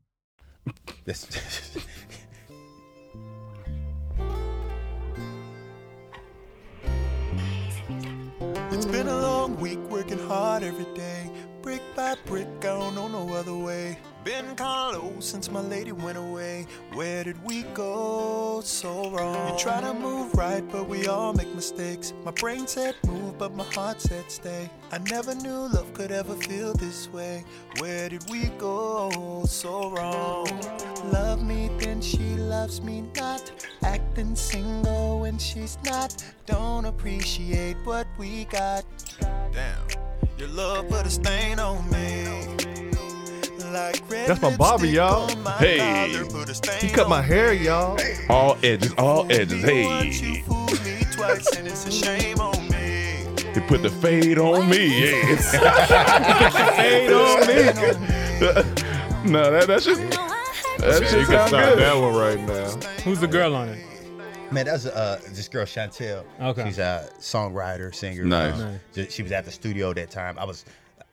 S11: <laughs> This, <laughs>
S14: It's been a long week working hard every day. Brick by brick, I don't know no other way. Been kinda low since my lady went away. Where did we go so wrong? You try to move right, but we all make mistakes. My brain said move, but my heart said stay. I never knew love could ever feel this way. Where did we go so wrong? Love me, then she loves me not. Acting single when she's not. Don't appreciate what we got. Damn, your love put a stain on me. Like red
S10: That's my barber,
S14: lipstick
S10: y'all.
S14: on my
S8: Hey.
S14: collar, put a stain
S10: He cut my hair, y'all.
S8: all edges, all edges. Hey,
S14: fooled me twice and it's a shame on me.
S8: he put the fade on me. Yeah,
S10: Fade on
S8: me. no, that that should that
S10: you
S8: should
S10: can
S8: sound
S10: stop
S8: good.
S10: that one right now.
S9: Who's the girl on it?
S11: Man, that's uh, this girl Chantel.
S9: Okay.
S11: She's a songwriter, singer.
S8: Nice.
S11: Um, ju- She was at the studio that time. I was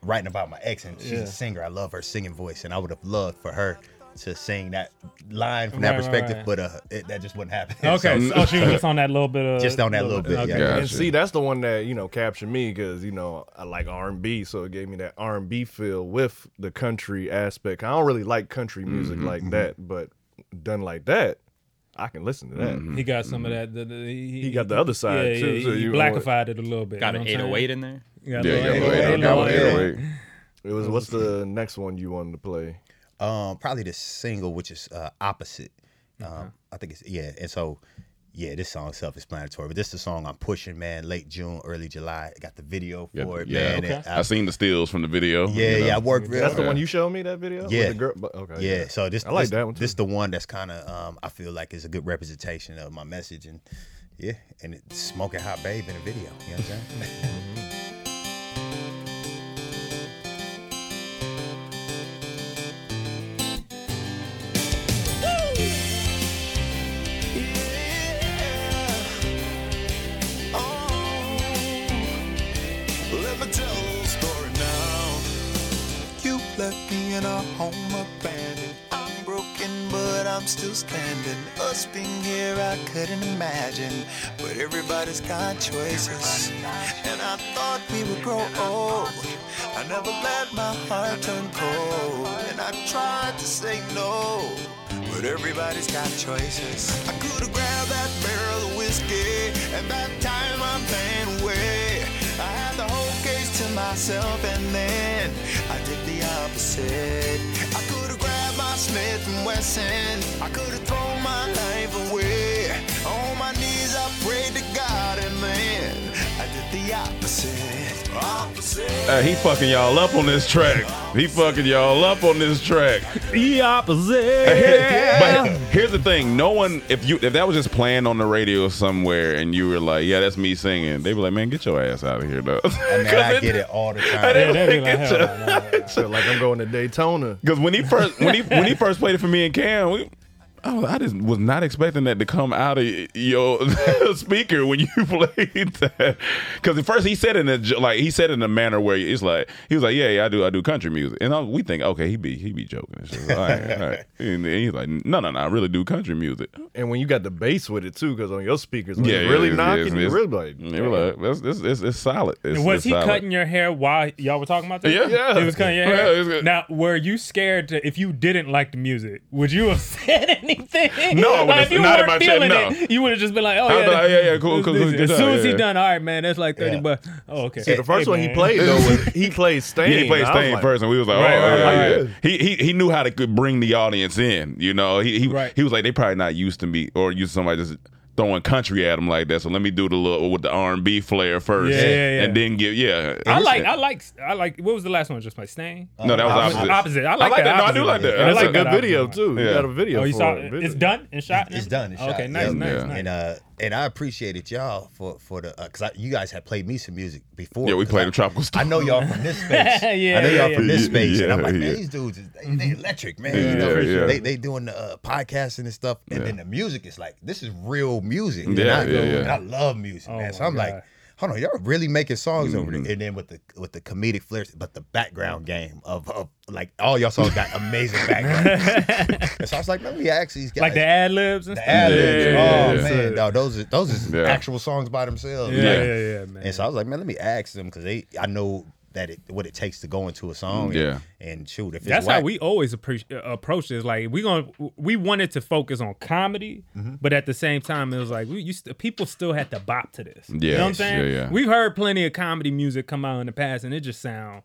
S11: writing about my ex, and she's
S9: Yeah.
S11: a singer. I love her singing voice, and I would have loved for her to saying that line from that
S9: Right, right,
S11: perspective,
S9: right.
S11: but uh, it, that just wouldn't happen. <laughs>
S9: Okay,
S11: So-
S9: oh,
S8: <laughs>
S9: she was just on that little bit of
S11: just on that little bit. Yeah.
S10: And see, that's the one that you know captured me because you know I like R and B, so it gave me that R and B feel with the country aspect. I don't really like country music
S9: Mhm,
S10: like
S9: mhm.
S10: that, but done like that, I can listen to that.
S8: Mm-hmm.
S9: He got some of that. The, the, he,
S10: He got the other side,
S9: yeah,
S10: too,
S9: Yeah,
S10: so
S9: he
S10: you-
S9: blackified it a little bit.
S12: Got
S9: you
S12: an
S9: know what I'm
S12: 808
S9: saying?
S12: in there?
S11: oh
S9: Got a
S10: Yeah,
S9: little
S10: you got
S9: 808,
S10: got one
S9: little
S10: 808. It was what's the next one you wanted to play?
S11: Um, probably the single, which is uh, opposite. Um, I think it's yeah, and so yeah, this song's self-explanatory. But this is the song I'm pushing, man. Late June, early July. Got the video for it,
S8: yeah.
S11: man. and
S8: I, seen the steals from the video.
S11: Yeah, yeah, I worked real.
S10: That's the one you showed me that video. With
S11: Yeah.
S10: the girl- but- okay.
S11: Yeah. So this
S10: Oh, I like
S11: this,
S10: that one.
S11: This the one that's kind of um, I feel like is a good representation of my message and yeah, and it's smoking hot babe in a video. You know what I'm saying?
S14: Oh. Let me tell a little story now. You left me in a home abandoned. I'm broken, but I'm still standing. Us being here, I couldn't imagine. But everybody's got choices. And I thought we would grow old. I never let my heart turn cold. And I tried to say no. But everybody's got choices. I could have grabbed that barrel of whiskey, and that time I'm paying away. I had the whole case to myself, and then I did the opposite. I could have grabbed my Smith and Wesson. I could have thrown my life away. On my knees, I prayed to God, and man, I did the opposite. Opposite.
S8: Hey, Uh, he fucking y'all up on this track. He fucking y'all up on this track.
S9: The opposite.
S8: but here's the thing: no one, if you, if that was just playing on the radio somewhere, and you were like, "Yeah, that's me singing," they were like, "Man, get your ass out of here, though." <laughs>
S11: I mean, I get it all the time.
S10: <laughs> Feel like I'm going to Daytona.
S8: Because when he first, when he when he first played it for me and Cam, we, I, was, I just was not expecting that to come out of y- your <laughs> speaker when you <laughs> played that. Because at first he said it in a j- like he said it in a manner where it's like he was like, "Yeah, yeah, I do, I do country music," and I, we think, okay, he be he be joking and shit. All right, all right. And, and he's like, "No, no, no, I really do country music."
S10: And when you got the bass with it too, because on your speakers, when
S8: yeah,
S10: yeah, really
S8: yeah,
S10: knocking,
S8: it's-
S10: you
S8: it's-
S10: really like,
S8: yeah, we're like, that's- this- this- it's solid. It's-
S9: was
S8: it's
S9: he
S8: solid.
S9: cutting your hair while y'all were talking about this?
S8: Yeah. Yeah.
S9: He was cutting your
S8: Yeah,
S9: hair.
S8: he was-
S9: now, were you scared to, if you didn't like the music, would you have <laughs> said anything?
S8: No, I wouldn't
S9: like,
S8: have- not in my chat,
S9: feeling
S8: no.
S9: it, you would have just been like, oh,
S8: I
S9: yeah,
S8: was like, yeah, yeah, cool,
S9: this-
S8: cool,
S9: this-
S8: cool, good
S9: As
S8: job,
S9: soon as he
S8: yeah.
S9: done, all right, man, that's like 30
S10: Yeah.
S9: bucks. Oh, okay.
S10: See, the first one he
S9: man.
S10: played though, was, he played Stain.
S8: Yeah, he played
S10: I was
S8: Stain
S10: like-
S8: first, and we was like,
S10: Right,
S8: oh,
S10: right,
S8: yeah,
S10: right.
S8: yeah. He, he he knew how to could bring the audience in. You know, he he, he was like, they probably not used to me or used to somebody just throwing country at them like that. So let me do the little with the R and B flair first,
S9: Yeah, yeah, yeah.
S8: and then give yeah.
S9: I like, I like, I like. What was the last one? Just my stain.
S8: No, that was Opposite.
S9: Opposite. I like,
S8: I like
S9: that.
S8: that. No, I do like that.
S9: opposite.
S8: That's
S9: I
S8: a
S9: like
S8: good
S9: that
S8: video,
S9: opposite one.
S8: too. You got a video
S9: Oh, you
S8: for
S9: saw
S8: it.
S9: it?
S8: Video.
S9: It's done and shot.
S11: <laughs>
S9: Oh,
S11: It's done. It's
S9: okay,
S11: shot.
S9: nice,
S11: yeah.
S9: nice, nice.
S11: And uh, and I appreciated y'all for for the because I you guys had played me some music before.
S8: Yeah, we
S11: 'Cause
S8: played
S11: I,
S8: the Tropical Storm.
S11: I know y'all from
S9: <laughs>
S11: this space.
S9: Yeah,
S11: I know
S9: yeah,
S11: y'all
S9: yeah. Mm-hmm.
S11: from this space, and I'm
S8: Yeah,
S11: like, man,
S8: yeah.
S11: these dudes is they, they electric, man.
S8: Yeah,
S11: you know,
S8: yeah.
S11: they they doing the uh, podcasting and stuff, and then the music is like this is real music. And
S8: Yeah,
S11: I,
S8: yeah, yeah.
S11: and I love music,
S9: Oh
S11: man. So I'm like. Hold on, y'all really making songs over
S8: Mm-hmm.
S11: there, and then with the with the comedic flares, but the background game of, of like all y'all songs got
S9: <laughs>
S11: amazing background. and so I was like, let me ask these guys,
S9: Like the ad libs and
S11: the
S9: stuff.
S11: ad libs.
S9: Yeah, yeah,
S11: oh
S9: yeah.
S11: man, no, those are those is
S8: Yeah.
S11: actual songs by themselves.
S9: Yeah, Yeah. yeah, yeah,
S11: man. And so I was like, man, let me ask them because they, I know that it, what it takes to go into a song.
S8: Yeah.
S11: And, and shoot, if it's
S9: That's
S11: whack,
S9: how we always approach approach this. Like we going we wanted to focus on comedy,
S11: Mm-hmm.
S9: but at the same time, it was like we used to, people still had to bop to this. you know what I'm
S8: Yes,
S9: saying?
S8: yeah, yeah.
S9: We've heard plenty of comedy music come out in the past, and it just sound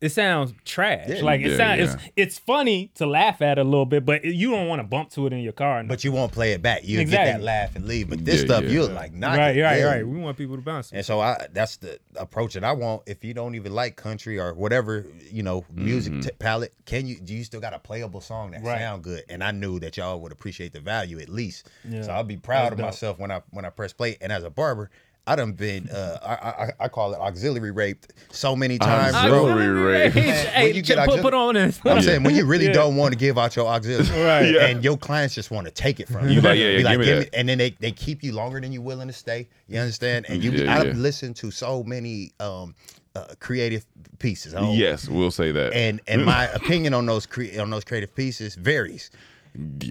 S9: it sounds trash.
S11: Yeah.
S9: like it
S11: Yeah,
S9: sound
S11: yeah.
S9: it's it's funny to laugh at a little bit, but you don't want to bump to it in your car. and-
S11: but you won't play it back. You will get that
S9: Exactly.
S11: laugh and leave. But this
S9: Yeah,
S11: stuff,
S9: yeah.
S11: you'll like knock
S9: right,
S11: it.
S9: right,
S11: yeah.
S9: right. We want people to bounce.
S11: And so I that's the approach that I want. If you don't even like country or whatever, you know, music t- palette, can you do you still got a playable song that
S9: Right.
S11: sound good? And I knew that y'all would appreciate the value at least.
S9: Yeah.
S11: So I'll be proud
S9: That's
S11: of
S9: dope.
S11: myself when I when I press play. And as a barber, I done been uh I I, I call it auxiliary raped so many times. bro.
S8: Auxiliary rape.
S11: Man,
S9: Hey,
S11: when you get
S9: put-
S11: auxiliary-
S9: put on this.
S11: I'm saying when you really
S9: Yeah.
S11: don't want to give out your
S8: <laughs>
S11: auxiliary,
S9: Right. Yeah.
S11: and your clients just want to take it from you,
S8: You like, yeah, yeah,
S11: Be
S8: give me that.
S11: and then they, they keep you longer than you're willing to stay. You understand? And you,
S8: Yeah,
S11: I've
S8: yeah.
S11: listened to so many um uh, creative pieces. I don't-
S8: Yes, we'll say that.
S11: and and
S8: <laughs>
S11: my opinion on those cre- on those creative pieces varies.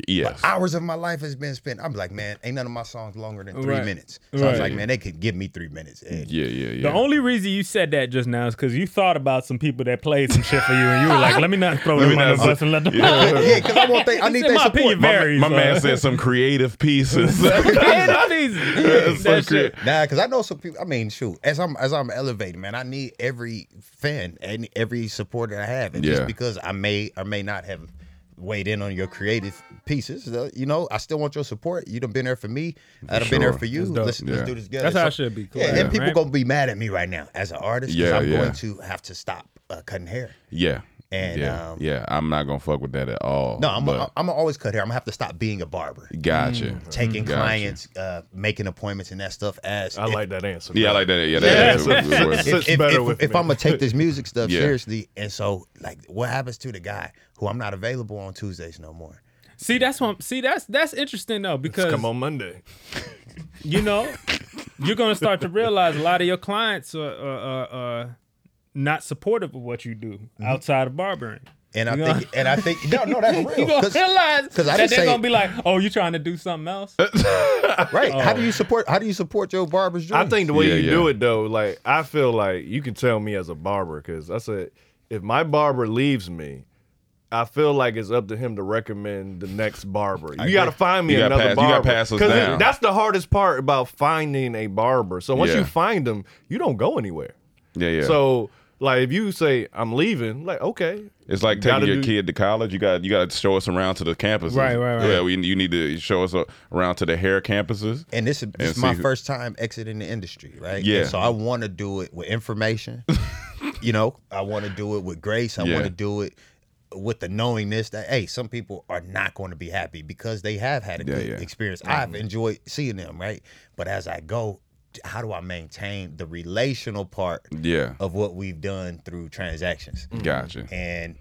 S8: yes.
S11: Hours of my life has been spent. I'm like, man, ain't none of my songs longer than three
S9: Right.
S11: minutes. So I was
S9: Right.
S11: like, man, they could give me three minutes. And
S8: yeah, yeah, yeah.
S9: The only reason you said that just now is because you thought about some people that played some shit for you, and you were like, "Let me not throw
S8: Let me
S9: them under the
S8: not-
S9: bus and let them." <laughs>
S8: Yeah.
S11: <laughs> Yeah, <laughs> 'cause I want they- I need
S9: He said
S11: they
S9: my
S11: support.
S9: opinion
S8: My-
S9: varies.
S8: my, man
S9: uh,
S8: said some creative
S9: <laughs>
S8: pieces. <laughs> That's so crea-
S11: Nah, because I know some people. I mean, shoot, as I'm as I'm elevating, man, I need every fan and every supporter I have. And
S8: Yeah.
S11: just because I may or may not have weighed in on your creative pieces, uh, you know, I still want your support. You done been there for me. I done been there
S8: sure.
S11: for you.
S8: That's dope.
S11: Let's,
S8: Yeah.
S11: let's do this together.
S9: That's how it should be.
S11: Yeah,
S9: Yeah.
S11: and people
S9: Right.
S11: gonna be mad at me right now as an artist because
S8: Yeah,
S11: I'm
S8: yeah.
S11: going to have to stop uh, cutting hair.
S8: Yeah.
S11: And,
S8: yeah,
S11: um,
S8: yeah, I'm not gonna fuck with that at all.
S11: No, I'm
S8: but,
S11: I'm gonna always cut hair. I'm gonna have to stop being a mm, barber.
S8: Gotcha.
S11: Taking
S8: Gotcha.
S11: clients, uh, making appointments, and that stuff. As
S10: I like that answer.
S8: Yeah, I like that. Yeah, that,
S10: Yes. <laughs>
S8: that- that-
S10: Yes.
S8: that-
S10: Sits better
S11: if,
S10: with me.
S11: I'm gonna take this music
S10: <laughs>
S11: stuff
S8: Yeah.
S11: seriously, and so like, what happens to the guy who I'm not available on Tuesdays no more?
S9: see, that's what. I'm- See, that's that's interesting though because
S10: Come on Monday.
S9: <laughs> you know, you're gonna start to realize a lot of your clients are, are, are, are not supportive of what you do
S11: Mm-hmm.
S9: outside of barbering.
S11: And I
S9: You know?
S11: think, and I think, no, no, that's real.
S9: <laughs> you gonna realize
S11: because I didn't
S9: that they're
S11: say
S9: gonna be like, "Oh, you trying to do something else?"
S11: right. How do
S9: Oh.
S11: you support? How do you support your barber's dream?
S10: I think the way
S8: Yeah,
S10: you
S8: yeah.
S10: do it though, like I feel like you can tell me as a barber because I said if my barber leaves me, I feel like it's up to him to recommend the next barber. You got to find me
S8: You gotta
S10: another
S8: pass- you
S10: barber
S8: gotta pass us
S10: it-
S8: down.
S10: that's the hardest part about finding a barber. So once
S8: Yeah.
S10: you find them, you don't go anywhere.
S8: yeah, yeah.
S10: So like if you say I'm leaving, like okay,
S8: It's like
S10: You
S8: taking
S10: gotta
S8: your
S10: do-
S8: kid to college. You got you got to show us around to the campuses.
S9: Right, right, right.
S8: Yeah, we, you need to show us around to the hair campuses.
S11: and this is, this
S8: And
S11: is my
S8: see who-
S11: first time exiting the industry, right?
S8: Yeah.
S11: And so I want to do it with
S8: <laughs>
S11: information. you know, I want to do it with grace. I
S8: Yeah.
S11: want to do it with the knowingness that hey, some people are not going to be happy because they have had a
S8: Yeah,
S11: good
S8: yeah.
S11: experience. I've enjoyed seeing them, right? But as I go, how do I maintain the relational part
S8: Yeah, Mm.
S11: of what we've done through transactions?
S8: gotcha.
S11: And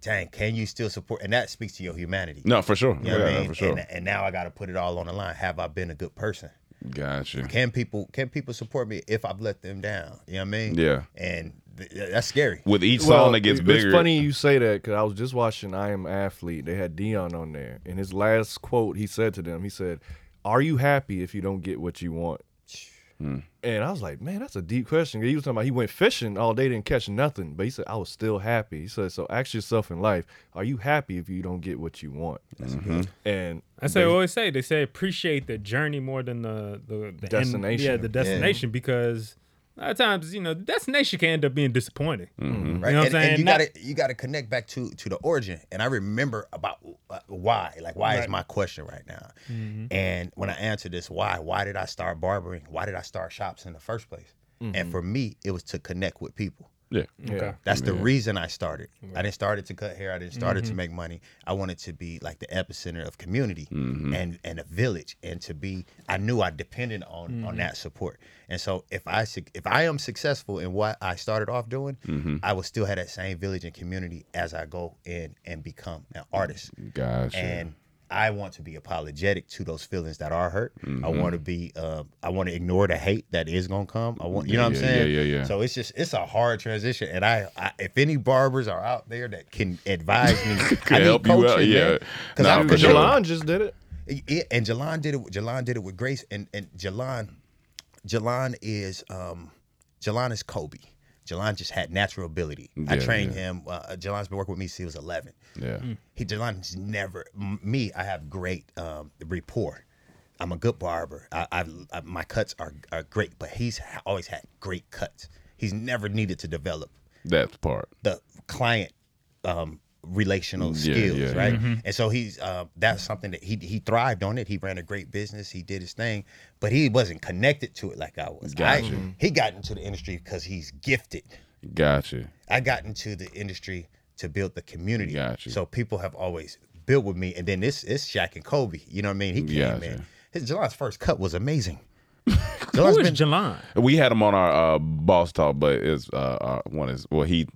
S11: dang, can you still support? And that speaks to your humanity.
S8: No, for sure.
S11: You know
S8: yeah,
S11: what I mean?
S8: for sure.
S11: And, uh, and now I got to put it all on the line. Have I been a good person?
S8: gotcha.
S11: Can people can people support me if I've let them down? You know what I mean?
S8: Yeah.
S11: And th- that's scary.
S8: With each song
S10: Well,
S8: that gets
S10: it-
S8: bigger.
S10: It's funny you say that because I was just watching I Am Athlete. They had Dion on there, and his last quote he said to them, he said, "Are you happy if you don't get what you want?"
S8: Hmm.
S10: And I was like, man, that's a deep question. He was talking about he went fishing all day, didn't catch nothing, but he said I was still happy. He said, so ask yourself in life, are you happy if you don't get what you want? Mm-hmm. And
S9: That's what I always say. They say appreciate the journey more than the the, the End,
S10: Destination.
S9: yeah, the destination because a lot of times you know the destination can end up being disappointing.
S11: Right.
S9: You know what I'm
S11: Mm-hmm. and,
S9: saying?
S11: and you
S9: Not-
S11: gotta you gotta connect back to to the origin. And I remember about uh, why. Like why is
S9: Right. Mm-hmm.
S11: my question right now? And when I answer this why, why did I start barbering? Why did I start shops in the first place?
S8: Mm-hmm.
S11: And for me, it was to connect with people.
S8: Yeah.
S9: Okay.
S11: That's the reason I started. I didn't start it to cut hair. I didn't start it to make money. I wanted to be like the epicenter of community
S8: Mm-hmm.
S11: and and a village, and to be. I knew I depended on on that support. And so if I suc- if I am successful in what I started off doing,
S8: Mm-hmm.
S11: I will still have that same village and community as I go in and become an artist.
S8: Gotcha.
S11: And I want to be apologetic to those feelings that are hurt. I
S8: Mm-hmm.
S11: want to be. Uh, I want to ignore the hate that is gonna come. I want. You know what
S8: Yeah, yeah,
S11: I'm saying?
S8: yeah, yeah, yeah.
S11: So it's just it's a hard transition, and I, I if any barbers are out there that can advise
S8: <laughs>
S11: me,
S8: Can
S11: I need
S8: help you out,
S11: coaching, man.
S8: yeah.
S11: 'Cause
S8: Nah,
S11: I'm
S8: for sure.
S10: Jalon just did it.
S11: yeah, and Jalon did it. with- Jalon did it with grace, and and Jalon, Jalon is um, Jalon is Kobe. Jalon just had natural ability. I
S8: Yeah,
S11: trained him. Uh, Jalon's been working with me since he was 11.
S8: Yeah.
S10: Hmm.
S11: He Jalon's never m- me. I have great um, rapport. I'm a good barber. I, I, I my cuts are are great, but he's ha- always had great cuts. He's never needed to develop
S8: That part.
S11: the client um, relational
S8: Mm, Yeah,
S11: skills,
S8: yeah,
S11: right? And so he's uh, that's something that he he thrived on it. He ran a great business. He did his thing, but he wasn't connected to it like I was. I,
S8: Gotcha.
S11: he got into the industry because he's gifted.
S8: Gotcha.
S11: I got into the industry to build the community.
S8: Gotcha.
S11: So people have always built with me, and then this it's Shaq and Kobe. You know what I mean? He came
S8: Gotcha.
S11: in. His Jelon's first cut
S8: <laughs>
S11: was amazing.
S9: Who
S11: Jelon's
S9: is
S11: been
S9: Jalon?
S8: We had him on our uh, boss talk, but it's uh, uh, one is well he.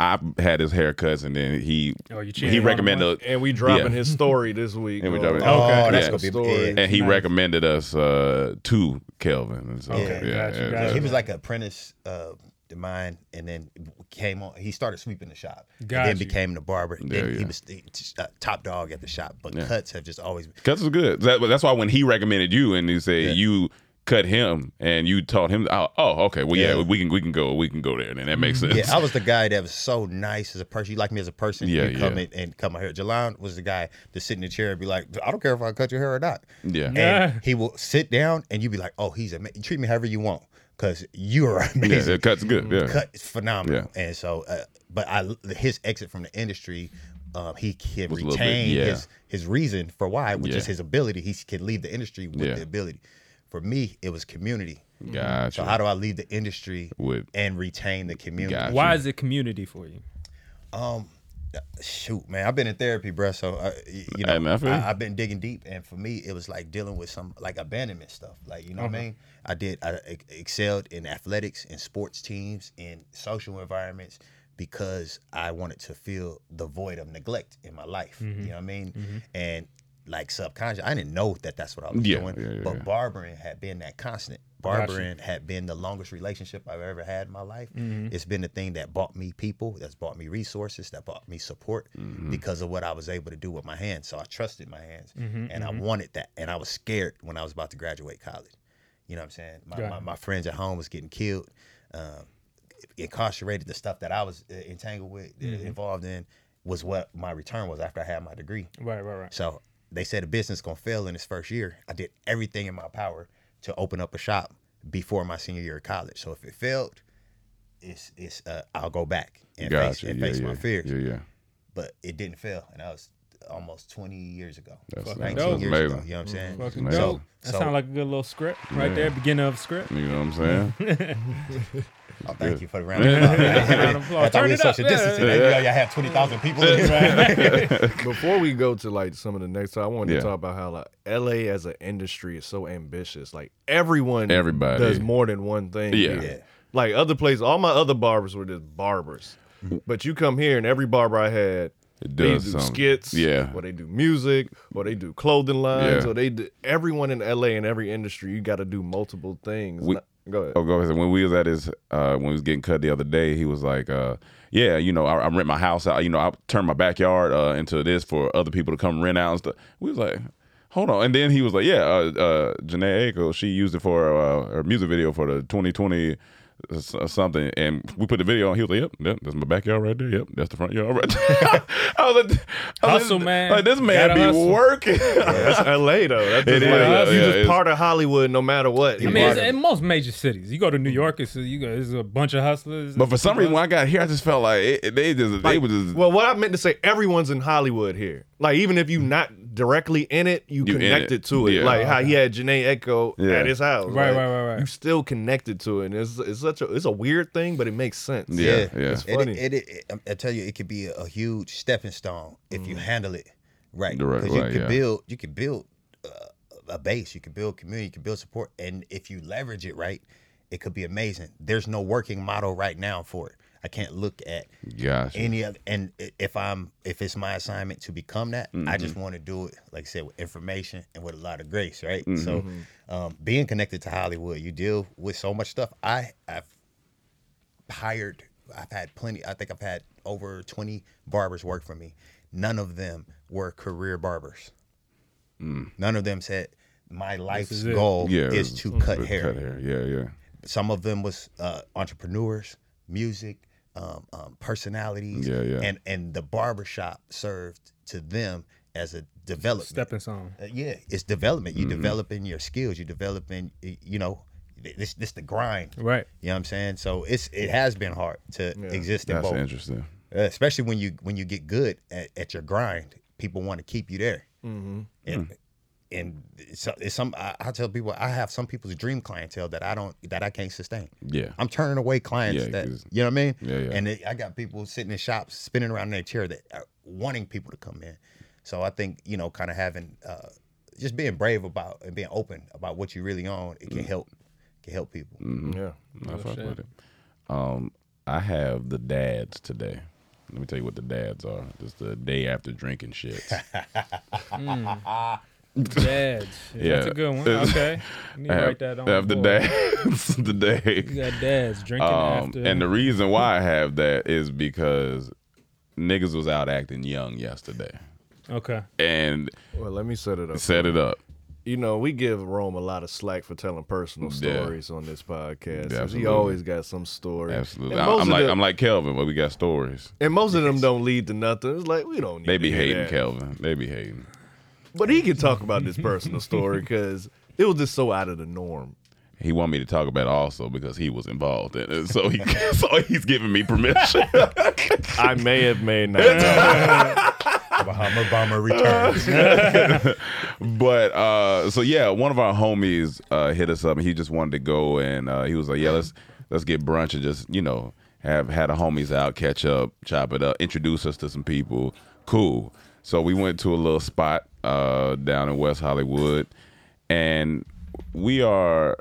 S8: I had his haircuts, and then he
S9: Oh, you cheated
S8: he
S9: on him
S8: recommended
S10: And we dropping
S8: Uh, Yeah.
S10: his story this week.
S8: And we
S10: on-
S8: dropping-
S10: on
S8: Oh,
S10: Cactus
S8: that's gonna be
S10: story.
S11: big.
S8: and he recommended us uh, to Kelvin. And so,
S11: Okay,
S8: yeah,
S9: gotcha,
S8: yeah,
S9: gotcha.
S11: he was like an apprentice uh, the mine, and then came on. He started sweeping the shop. and
S8: Got
S11: then
S8: you.
S11: became the barber. and
S8: There
S11: then
S8: you
S11: he
S8: go.
S11: was the uh, top dog at the shop. But
S8: Yeah.
S11: cuts have just always
S8: <laughs> Cuts is good. That- that's why when he recommended you and he said you cut him and you taught him. Oh, oh, okay. Well, yeah,
S11: Yeah. Mm-hmm.
S8: we can we can go we can go there. Then that makes sense.
S11: Yeah, I was the guy that was so nice as a person. You like me as a person.
S8: Yeah,
S11: you come
S8: yeah.
S11: in and cut my hair. Jalon was the guy to sit in the chair and be like, I don't care if I cut your hair or not.
S8: Yeah.
S11: And
S8: Yeah.
S11: he will sit down and you be like, oh, he's amazing. Treat me however you want because you are <laughs> amazing.
S8: the cut's good, yeah.
S11: Cut is phenomenal. And so, uh, but I his exit from the industry, um, he can
S8: Was a little bit-
S11: retain
S8: yeah.
S11: his, his reason for why, which
S8: Yeah.
S11: is his ability. He can leave the industry with
S8: Yeah.
S11: the ability. For me, it was community.
S8: Gotcha.
S11: So how do I leave the industry
S8: With-
S11: and retain the community?
S9: Why is it community for you?
S11: Um, shoot, man, I've been in therapy, bruh. So uh, y- you
S8: Hey, man,
S11: know,
S8: I feel you.
S11: I, have been digging deep, and for me, it was like dealing with some like abandonment stuff. Like you know what I
S8: Okay.
S11: mean? I did. I ex- excelled in athletics, in sports teams, in social environments because I wanted to fill the void of neglect in my life.
S8: Mhm.
S11: You know what I mean?
S8: Mhm.
S11: And like subconscious, I didn't know that that's what I was
S8: Yeah,
S11: doing,
S8: yeah, yeah,
S11: but
S8: yeah.
S11: barbering had been that constant.
S8: Gotcha.
S11: Barbering had been the longest relationship I've ever had in my life.
S8: Mhm.
S11: It's been the thing that bought me people, that's bought me resources, that bought me support because of what I was able to do with my hands. So I trusted my hands
S8: Mhm, mhm.
S11: and I wanted that. And I was scared when I was about to graduate college. You know what I'm saying? My,
S8: Got
S11: my,
S8: it.
S11: my friends at home was getting killed, um, incarcerated. The stuff that I was uh, entangled with, uh,
S9: Mhm.
S11: involved in, was what my return was after I had my degree.
S9: Right, right, right.
S11: So they said the business gonna fail in its first year. I did everything in my power to open up a shop before my senior year of college. So if it failed, it's it's uh, I'll go back and face,
S8: Gotcha.
S11: and
S8: Yeah,
S11: face
S8: yeah.
S11: my fears.
S8: Yeah, yeah.
S11: But it didn't fail, and that was almost twenty years ago.
S8: That's-
S11: Fuck,
S8: that's
S11: 19
S8: dope.
S11: years
S8: amazing.
S11: ago. You know what I'm saying?
S8: Fucking
S11: So-
S8: dope.
S9: That
S11: so-
S9: sound like a good little script right
S8: Yeah.
S9: there, beginning of script.
S8: You know what I'm saying?
S11: Oh,
S8: Good.
S11: thank you for the round of <laughs> applause.
S9: Round of applause.
S11: I thought
S9: Turn
S11: we
S9: it
S11: was
S9: up,
S11: social
S9: yeah.
S11: distancing. Y'all, y'all have 20,000 people in
S9: <laughs>
S11: here.
S10: Before we go to like some of the next, I wanted
S8: Yeah.
S10: to talk about how like LA as an industry is so ambitious. Like everyone,
S8: Everybody.
S10: does more than one thing.
S8: Yeah.
S10: here.
S8: Yeah.
S10: Like other places, all my other barbers were just barbers, but you come here and every barber I had. <laughs>
S8: It
S10: they do
S8: does something.
S10: skits,
S8: Yeah.
S10: Or they do music, or they do clothing lines,
S8: Yeah.
S10: or they do everyone in LA in every industry. You got to do multiple things.
S8: We-
S10: go ahead.
S8: Oh, go ahead. When we was at his, uh, when we was getting cut the other day, he was like, uh, "Yeah, you know, I, I rent my house out. You know, I turn my backyard uh, into this for other people to come rent out and stuff." We was like, "Hold on," and then he was like, "Yeah, uh, uh, Janae Aiko, she used it for uh, her music video for the 2020." s- uh, Something and we put the video on. He was like, "Yep, yep that's my backyard right there. Yep, that's the front yard right there." <laughs> I was like, I was
S9: Hustle,
S8: like,
S9: man.
S8: Like this man
S9: Gotta
S8: be
S9: hustle.
S8: working.
S10: That's LA though. That's
S8: It is,
S10: just like,
S8: though.
S10: you
S8: Yeah,
S10: just
S8: it's-
S10: part of Hollywood no matter what.
S9: I
S10: You
S9: mean,
S10: part
S9: it's, in most major cities, you go to New York, it's a, you go, it's a bunch of
S8: <laughs>
S9: hustlers.
S8: But for some reason, when I got here, I just felt like it, they just they was just
S10: Well, what I meant to say, everyone's in Hollywood here. Like, even if you not directly in it, you,
S8: Mm. You in it.
S10: connected to it.
S8: Yeah.
S10: Like how he had Janae Echo
S8: Yeah.
S10: at his house.
S9: Right,
S10: Like,
S9: right, right, right.
S10: You still connected to it. And it's, it's such a it's a weird thing, but it makes sense. It's
S11: It-
S10: funny.
S11: It, it, it- I tell you, it could be a, a huge stepping stone if you
S10: Mhm.
S11: handle it right.
S8: Right,
S11: Because you
S8: right,
S11: could
S8: yeah.
S11: build, you could build uh, a base, you could build community, you could build support, and if you leverage it right, it could be amazing. There's no working model right now for it. I can't look at
S8: Gotcha.
S11: any other. And i- if I'm, if it's my assignment to become that, I just
S8: Mhm.
S11: want to do it, like I said, with information and with a lot of grace, right? So,
S8: Mhm.
S11: um, being connected to Hollywood, you deal with so much stuff. I, I've hired i've had plenty i think i've had over 20 barbers work for me none of them were career barbers none of them said my life's
S8: is it."
S11: goal
S8: Yeah, it's-
S11: is to
S8: Mhm.
S11: cut
S8: cut
S11: hair.
S8: hair. yeah yeah
S11: some of them was uh, entrepreneurs music um, um, personalities
S8: Yeah, yeah.
S11: and and the barbershop served to them as a development
S9: stepping stone.
S11: uh, yeah, it's development. You're
S8: Mm-hmm.
S9: Mhm.
S11: developing your skills. You're developing, y- you know, th- this this the grind.
S9: Right.
S11: You know what I'm saying? So it's it has been hard to exist in
S8: That's
S11: both.
S8: interesting.
S11: Uh, Especially when you when you get good at, at your grind, people want to keep you there.
S10: Mm-hmm.
S8: Hmm.
S11: And, and it's, it's some I, I tell people I have some people's dream clientele that I don't that I can't sustain.
S8: Yeah.
S11: I'm turning away clients
S8: Yeah,
S11: that
S8: 'cause-
S11: you know what I mean.
S8: Yeah, yeah.
S11: And it, I got people sitting in shops spinning around in their chair that are wanting people to come in. So I think you know, kind of having uh, just being brave about and being open about what you really own, it
S8: Mm.
S11: can help can help people.
S8: Mhm.
S10: Yeah.
S8: I
S10: Oh,
S8: fuck
S10: shit.
S8: with it. Um, I have the dads today. Let me tell you what the dads are. Just the day after drinking shit.
S9: Dads. That's a good one. Okay. Let me <laughs> write that on.
S8: After
S9: the board.
S8: dads, <laughs> the dads.
S9: You got dads drinking after.
S8: And the reason why I have that is because niggas was out acting young yesterday.
S9: Okay.
S8: And
S10: well, let me set it up.
S8: Set it up.
S10: You know, we give Rome a lot of slack for telling personal
S8: Yeah.
S10: stories on this podcast. 'cause
S8: Absolutely.
S10: He always got some story.
S8: Absolutely.
S10: And
S8: I-
S10: most
S8: I'm
S10: of
S8: like
S10: the-
S8: I'm like Kelvin, but we got stories.
S10: And most of them don't lead to nothing. It's like we don't need.
S8: They
S10: to
S8: be
S10: hear
S8: hating
S10: that.
S8: Kelvin. They be hating.
S10: But he can talk about this personal story because it was just so out of the norm.
S8: He want me to talk about it also because he was involved in it. So he <laughs> so he's giving me permission. <laughs>
S10: I may have made that.
S11: Bahama Bomber
S8: Uh, but uh so yeah, one of our homies uh hit us up and he just wanted to go and uh he was like, Yeah, let's let's get brunch and just, you know, have had the homies out, catch up, chop it up, introduce us to some people. Cool. So we went to a little spot uh down in West Hollywood and we are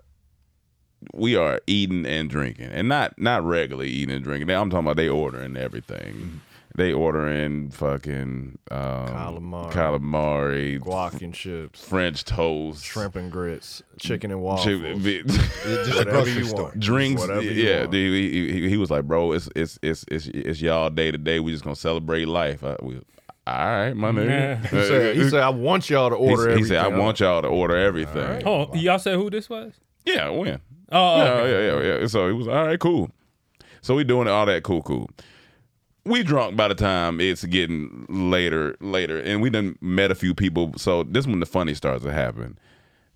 S8: we are eating and drinking, and not not regularly eating and drinking. Now I'm talking about they ordering everything. They ordering fucking um, calamari, calamari,
S10: guac and chips,
S8: French toast,
S10: shrimp and grits, chicken and
S8: Chip- <laughs>
S10: waffles,
S8: bit-
S10: whatever you want,
S8: Drinks,
S10: whatever you
S8: yeah.
S10: want.
S8: dude, he, he- he was like, "Bro, it's it's it's it's, it's y'all day today. We just gonna celebrate life." I, we, all right, my
S9: Yeah.
S8: <laughs> nigga.
S9: He said-
S10: he said, "I want y'all to
S8: Uh, He
S10: order
S8: said- He, said, "I
S10: everything."
S8: want y'all to order everything."
S9: Oh, y'all said who this was?
S8: Yeah, when.
S9: Oh,
S8: yeah,
S9: okay.
S8: yeah, yeah, yeah. So it was all right, cool. So we doing all that cool, cool. We drunk by the time it's getting later, later, and we done met a few people. So this when the funny starts to happen.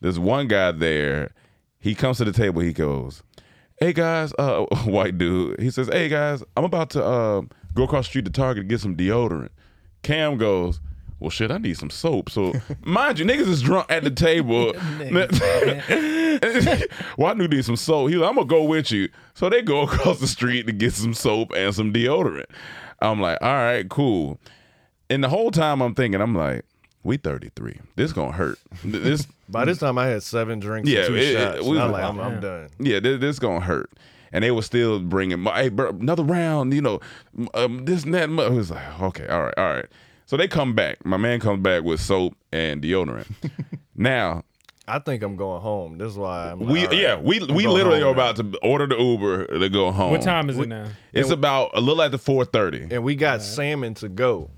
S8: There's one guy there. He comes to the table. He goes, "Hey guys, uh, <laughs> white dude." He says, "Hey guys, I'm about to uh, go across the street to Target to get some deodorant." Cam goes. Well, shit, I need some soap. So, <laughs> mind you, niggas is drunk at the table. <laughs> well, I knew need some soap. He was, I'm gonna go with you. So they go <laughs> across the street to get some soap and some deodorant. I'm like, all right, cool. And the whole time I'm thinking, I'm like, we 33. This gonna hurt. Th- This
S10: By this time, I had seven drinks, and two
S8: it- it-
S10: shots.
S8: we
S10: and I'm
S8: was-
S10: like, I'm, I'm done.
S8: Yeah, this, this gonna hurt. And they were still bringing, my- hey, bro, another round. You know, um, this and that. and mo- It was like, okay, all right, all right. So they come back. My man comes back with soap and deodorant. <laughs> now
S10: I think I'm going home. This is why I'm.
S8: we
S10: like, all right,
S8: yeah we
S10: I'm
S8: we
S10: going
S8: literally are
S10: home now.
S8: about to order the Uber to go home.
S9: What time is it
S8: Oh, We-
S9: now?
S8: It's about a little after four thirty.
S10: and we got salmon to go.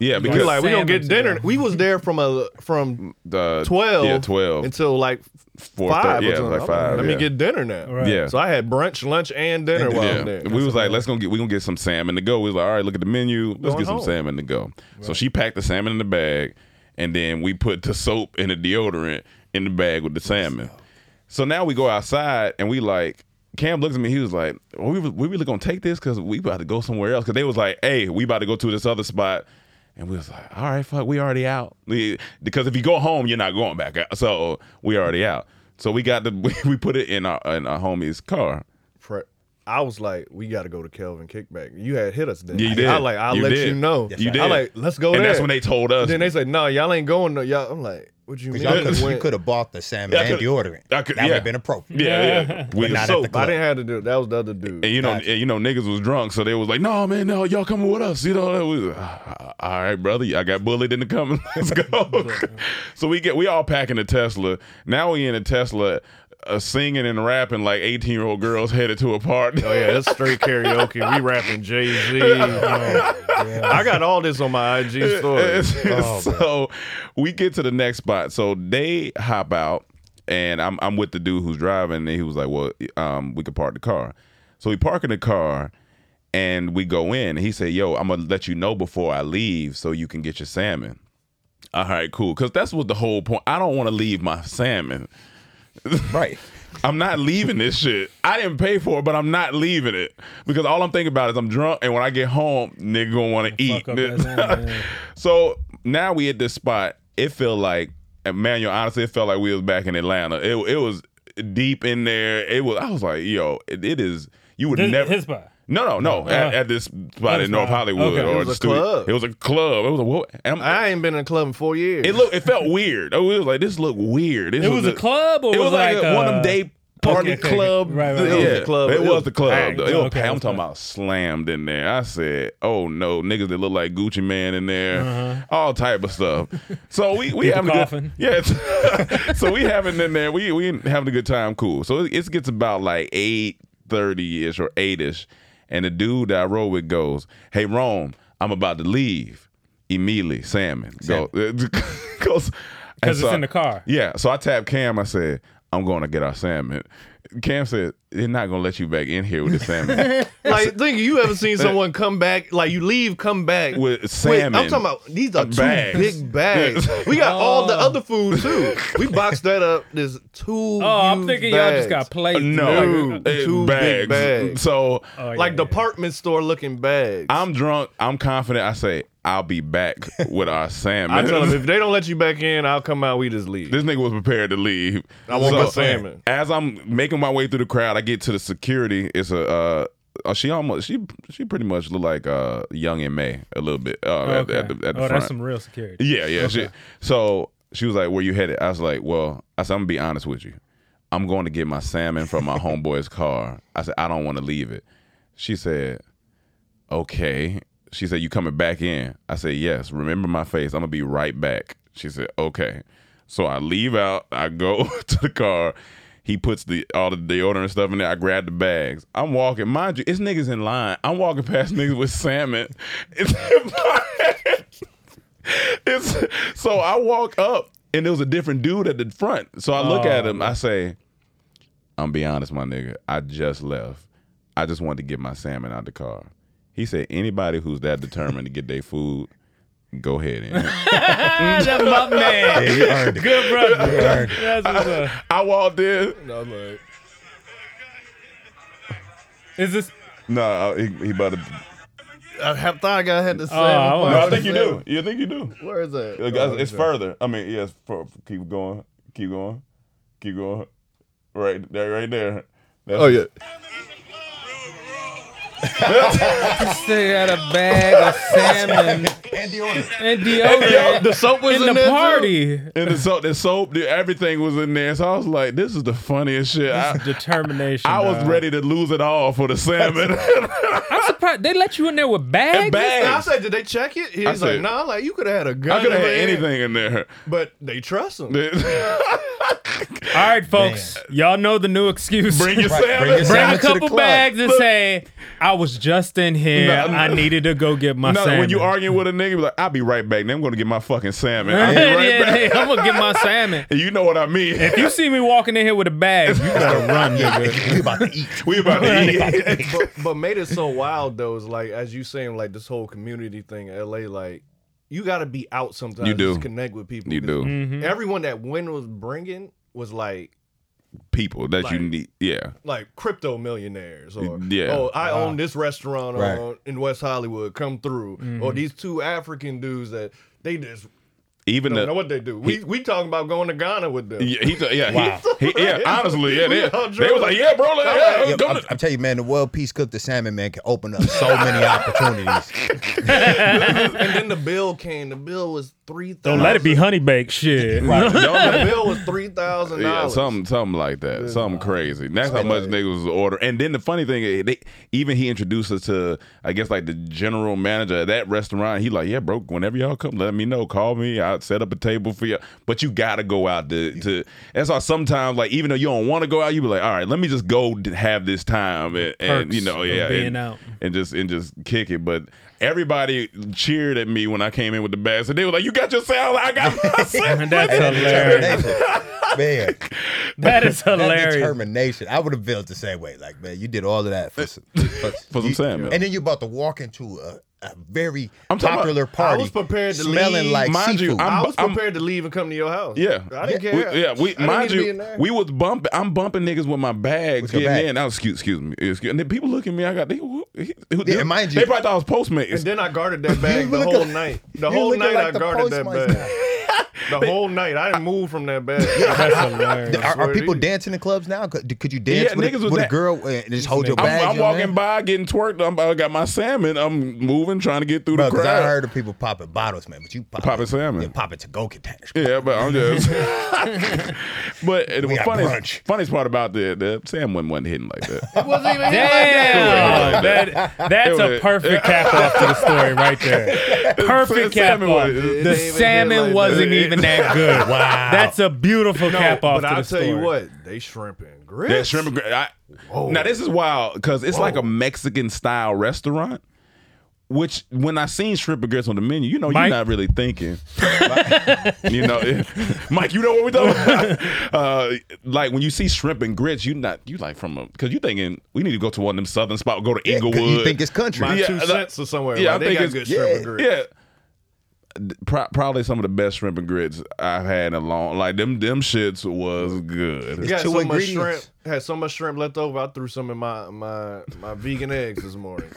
S8: Yeah,
S10: We
S8: because
S10: like we don't get dinner. We was there from a from
S8: The-
S10: twelve,
S8: Uh, yeah, 12.
S10: until like
S8: Four
S10: five.
S8: thirty,
S10: or
S8: yeah,
S10: something.
S8: like
S10: I'm Let
S8: five,
S10: me
S8: yeah.
S10: get dinner now.
S8: Right. Yeah.
S10: So I had brunch, lunch, and dinner while I'm there.
S8: We was like, let's gonna get we gonna get some salmon to go. We was like, all right, look at the menu. Let's
S10: Going
S8: get some
S10: home.
S8: salmon to go. So she packed the salmon in the bag, and then we put the soap and the deodorant in the bag with the salmon. So now we go outside and we like. Cam looks at me. He was like, "Are we, we really gonna take this? Cause we about to go somewhere else. Cause they was like, hey, we about to go to this other spot." And we was like, all right, fuck, we already out. We- because if you go home, you're not going back out. So we already out. So we got the <laughs> we put it in our in our homie's car.
S10: Pre- I was like, we got to go to Kelvin Kickback. You had hit us then.
S8: Yeah, you did.
S10: I like, I
S8: You
S10: let
S8: did.
S10: you know.
S8: Yes, You sir.
S10: I
S8: did.
S10: like, let's go
S8: And
S10: there.
S8: that's when they told us.
S10: Then they said, no, y'all ain't going. No, y'all. I'm like, what you mean?
S11: y'all could,
S10: Went-
S11: you could have bought the salmon
S10: Yeah, I
S11: and
S10: coulda-
S11: deodorant.
S10: I could-
S11: that would
S10: yeah.
S11: have been
S8: <laughs>
S11: appropriate.
S10: <laughs>
S8: Yeah, yeah.
S11: But not at the <laughs>
S10: I
S11: club.
S10: didn't have to do. it. That was the other dude.
S8: And you know, and you know, niggas was drunk, so they was like, "No, man, no, y'all coming with us." You know, it was, "Ah, all right, brother, I got bullied into coming. <laughs> Let's
S11: <laughs>
S8: go. so we get, we all packing a Tesla. Now we in a Tesla, uh, singing and rapping like eighteen year old girls headed to a party.
S10: Oh yeah, that's straight karaoke. We rapping Jay Z. I got all this on
S8: <laughs>
S10: my IG story.
S8: so we get to the next spot. So they hop out, and I'm I'm with the dude who's driving, and he was like, "Well, um, we could park the car." So we park in the car, and we go in. And he said, "Yo, I'm gonna let you know before I leave, so you can get your salmon." All right, cool. Because that's what the whole point. I don't want to leave my salmon.
S11: Right.
S8: <laughs> I'm not leaving this shit. I didn't pay for it, but I'm not leaving it because all I'm thinking about is I'm drunk, and when I get home, nigga gonna want to eat. <laughs> so now we at this spot. It felt like, Emmanuel, honestly, it felt like we was back in Atlanta. It, it was deep in there. It was. I was like, yo, it, it is. You would
S9: This-
S8: never
S9: his spot?
S8: No, no, no.
S9: Uh,
S8: at, at this spot
S9: other
S8: in North
S9: spot.
S8: Hollywood
S9: Okay.
S8: or
S9: It was
S8: the
S9: a
S8: studio.
S9: club.
S8: It was a club. It was a what? and I'm-
S10: I ain't been in a club in four years.
S8: it looked. It felt weird. It was like this looked weird. This
S9: It was a club or
S8: it was
S9: was
S8: like,
S9: like uh,
S8: a- one of them
S9: a-
S8: day Party
S9: Okay, okay,
S8: Club.
S9: okay. Right,
S8: Yeah,
S9: right, right.
S8: It was the club. It was the club.
S9: Alright,
S8: though. It was
S9: okay,
S8: pa- I'm
S9: okay.
S8: talking about slammed in there. I said, oh no, niggas that look like Gucci Man in there,
S9: Uh-huh.
S8: all type of stuff. So we we having
S9: People
S8: a good- <laughs>
S9: coughing.
S8: yeah. it's- <laughs> so we having in there. We we having a good time. Cool. So it, it gets about like eight thirty ish or eight ish, and the dude that I roll with goes, "Hey, Rome, I'm about to leave." Immediately, salmon. Go, <laughs> because
S9: Because it's in the car.
S8: yeah. So I tapped Cam. I said, I'm going to get our salmon. Cam said, they're not going to let you back in here with the
S10: <laughs>
S8: salmon.
S10: like, think you
S8: <laughs>
S10: ever seen someone come back? Like you leave, come back
S8: With
S10: Wait,
S8: salmon.
S10: I'm talking about these are
S8: Uh,
S10: two
S8: bags.
S10: big bags.
S8: Yes.
S9: <laughs>
S10: We got all the
S8: Oh.
S10: other food too. We boxed that up. There's two.
S9: Oh, I'm
S10: huge
S9: thinking y'all
S10: bags.
S9: just got plates.
S8: no.
S9: Like,
S8: uh,
S10: two big bags.
S8: So
S9: Oh,
S10: like department store looking bags.
S8: I'm drunk. I'm confident. I say, I'll be back with
S10: <laughs>
S8: our salmon.
S10: I
S8: <laughs>
S10: tell them if they don't let you back in, I'll come out. We just leave.
S8: This nigga was prepared to leave.
S10: I want my salmon.
S8: As I'm making my way through the crowd, I get to the security. It's a uh, uh, she almost she she pretty much looked like uh young and May a little bit. Uh, at,
S9: Okay.
S8: at the, at the
S9: Oh, that's
S8: front.
S9: some real
S8: <laughs>
S9: security.
S8: Yeah, yeah. she-
S9: Okay.
S8: so she was like, "Where you headed?" I was like, "Well, I said I'm gonna be honest with you. I'm going to get my salmon from my homeboy's car." I said, "I don't want to leave it." She said, okay. She said, you coming back in? I said, yes. Remember my face. I'm going to be right back. She said, okay. So I leave out. I go <laughs> to the car. He puts the all the deodorant and stuff in there. I grab the bags. I'm walking. Mind you, it's niggas in line. I'm walking past niggas with salmon. <laughs> It's in my hand. It's, so I walk up, and there was a different dude at the front. So I look
S9: Oh.
S8: at him. I say, I'm be honest, my nigga. I just left. I just wanted to get my salmon out the car. He said, anybody who's that determined to get their food, go ahead. And
S9: That's Ah,
S8: <laughs>
S9: my man.
S8: Yeah, you earned it. <laughs>
S9: Good
S8: You
S9: brother.
S8: earned it.
S9: That's what's up.
S8: <laughs> I walked in.
S10: No, I'm like,
S9: Is this?
S8: No, I- he, he about to.
S10: I have thought I got had the
S8: Oh,
S10: same.
S8: I
S10: part.
S8: wanna- I think you do. You think you do?
S10: Where is that?
S8: It's,
S10: Oh,
S8: it's
S10: okay.
S8: further. I mean, yes. For, for- keep going. Keep going. Keep going. Right there. Right there. That's-
S10: Oh, yeah. <laughs>
S9: This nigga had a bag of salmon
S11: and deodorant.
S9: and
S8: Yeah,
S9: deodorant.
S8: the soap was in,
S9: in the
S8: there, too.
S9: party.
S8: And the soap, the soap, the- everything was in there. So I was like, "This is the funniest shit." I,
S9: determination.
S8: I was
S9: dog.
S8: ready to lose it all for the <laughs> salmon.
S9: I'm surprised they let you in there with bags.
S8: bags.
S10: I said, did they check it? He's
S8: I
S10: like,
S8: said-
S10: nah. Like you could have had a gun.
S8: I could have had
S10: in there,
S8: anything in there. <laughs>
S10: but they trust him.
S9: All right, folks, y'all know the new excuse.
S8: Bring your
S10: Right,
S8: salmon.
S10: bring your salmon
S9: a
S10: to the
S9: couple
S10: club.
S9: bags and say, "I was just in here.
S8: No, no.
S9: I needed to go get my
S8: no,
S9: salmon."
S8: when you
S9: <laughs>
S8: arguing with a nigga, be like, I'll be right back. Then I'm gonna get my fucking salmon. I'll be
S9: yeah,
S8: right
S9: yeah,
S8: back.
S9: yeah, I'm gonna get my salmon.
S8: <laughs> You know what I mean?
S9: If you see me walking in here with a bag,
S8: <laughs>
S9: you better run, nigga.
S11: We about to eat.
S8: we about to eat.
S10: but, but made
S8: <laughs>
S10: it so wild though is like as you saying like this whole community thing in LA like you got to be out sometimes
S8: You
S10: to
S8: do.
S10: just connect with people
S8: You
S10: 'cause
S8: do.
S9: Mm-hmm.
S10: everyone that Win was bringing was like
S8: People that you
S10: Like-
S8: need. Yeah.
S10: like crypto millionaires or
S8: Yeah.
S10: oh I
S9: Uh-huh.
S10: own this restaurant
S8: Right.
S10: on, in West Hollywood come through
S9: Mm-hmm.
S10: or these two African dudes that they just
S8: Even
S10: don't
S8: the
S10: know what they do we we talking about going to Ghana with them
S8: yeah, he, yeah, he- he, yeah, honestly, yeah,
S10: We
S8: they,
S10: all
S8: they was like, yeah, bro, like, yeah,
S11: Yeah,
S8: go
S11: I'm,
S8: to-
S11: I'm telling you, man, the world peace cooked the salmon man can open up
S8: <laughs>
S11: so many opportunities.
S10: <laughs> and then the bill came the bill was
S9: <laughs>
S10: three
S9: Don't
S10: thousand
S9: let it be honey baked shit.
S10: the bill was three thousand
S8: <laughs> Yeah,
S10: dollars.
S8: something, something like that. Something crazy. That's how much niggas was order. And then the funny thing, is, they even he introduced us to, I guess, like the general manager of that restaurant. He like, yeah, bro, whenever y'all come, let me know. Call me. I'll set up a table for you. But you gotta go out to. to that's why sometimes, like, even though you don't want to go out, you be like, all right, let me just go d- have this time and, and
S9: Perks
S8: you know,
S9: of
S8: yeah,
S9: being
S8: and,
S9: out.
S8: and just and just kick it. But everybody cheered at me when I came in with the bags, and they were like, you got your salad, I got my
S9: <laughs>
S8: salad.
S9: That's hilarious.
S11: man,
S9: That is hilarious.
S11: determination. I would have felt the same way. Like, man, you did all of that
S8: <laughs>
S11: for some, for,
S8: For some salmon.
S11: and then you're about to walk into a, a very
S8: I'm talking
S11: popular
S10: I
S11: party.
S10: was prepared to
S11: smelling
S10: leave.
S11: like
S8: Mind you,
S11: seafood.
S8: I'm-
S10: i was prepared to leave and come to your house.
S8: Yeah,
S10: I didn't
S8: yeah.
S10: care.
S8: We, yeah,
S10: I
S8: we
S10: didn't
S8: mind
S10: need to be
S8: you,
S10: in there.
S8: we was bumping. I'm bumping niggas with my bags
S11: With your
S8: getting
S11: bag.
S8: in. I was excuse, excuse me, excuse. And then people look at me. I got they. Who, he- who-
S11: Yeah,
S8: they-
S11: mind you-
S8: they probably thought I was
S10: and
S8: Postmates.
S10: then I guarded that bag the
S11: look <laughs>
S10: whole
S11: like-
S10: night.
S11: you
S10: The whole
S11: looking
S10: night
S11: like
S10: I
S11: the
S10: guarded that
S11: Postmates
S10: bag. The whole night, I didn't move from that bed.
S11: <laughs> Are, are people dancing in clubs now? Could, could you dance
S8: Yeah,
S11: with,
S8: niggas
S11: a,
S8: was
S11: with a
S8: that-
S11: girl and just hold your
S8: I'm,
S11: bag?
S8: I'm
S11: you know what I mean?
S8: walking by, getting twerked. I'm, I got my salmon. I'm moving, trying to get through
S11: Bro,
S8: the
S11: 'cause
S8: crowd.
S11: I heard of people popping bottles, man, but you pop,
S8: popping salmon. Yeah,
S11: popping to go containers.
S8: Yeah, but I'm just.
S11: <laughs>
S8: <laughs> but it was
S11: had
S8: funny.
S11: brunch.
S8: Funniest part about the the salmon wasn't hidden like that.
S11: <laughs>
S9: It wasn't even
S8: Damn,
S9: that, that's a perfect cap off to the story right
S10: <laughs>
S9: there. Perfect cap
S8: Salmon
S9: off.
S8: was- it
S9: The
S8: ain't even
S9: salmon
S8: like
S9: wasn't
S8: that.
S9: even
S10: <laughs>
S9: that good.
S11: Wow.
S9: That's a beautiful cap off
S10: But
S9: to
S10: I'll
S9: the
S10: tell
S9: story.
S10: you what, they shrimping. Grits. Oh,
S8: That shrimp and gra- I, now this is wild because it's like a Mexican style restaurant. Which when I seen shrimp and grits on the menu, you know,
S9: Mike?
S8: you're not really thinking. <laughs> you know, Mike, you know what we talking about. <laughs> uh, like when you see shrimp and grits, you not you like from a because you thinking we need to go to one of them southern spots, go to
S11: Yeah, 'cause
S8: Inglewood.
S11: you think it's country. My two
S8: like-
S10: cents or somewhere, like, they got good shrimp
S8: yeah,
S10: and grits.
S8: Yeah, D- pro- probably some of the best shrimp and grits I've had in a long. Like them them shits was good.
S10: You got so much shrimp. Had so much shrimp left over. I threw some in my my my vegan eggs this morning.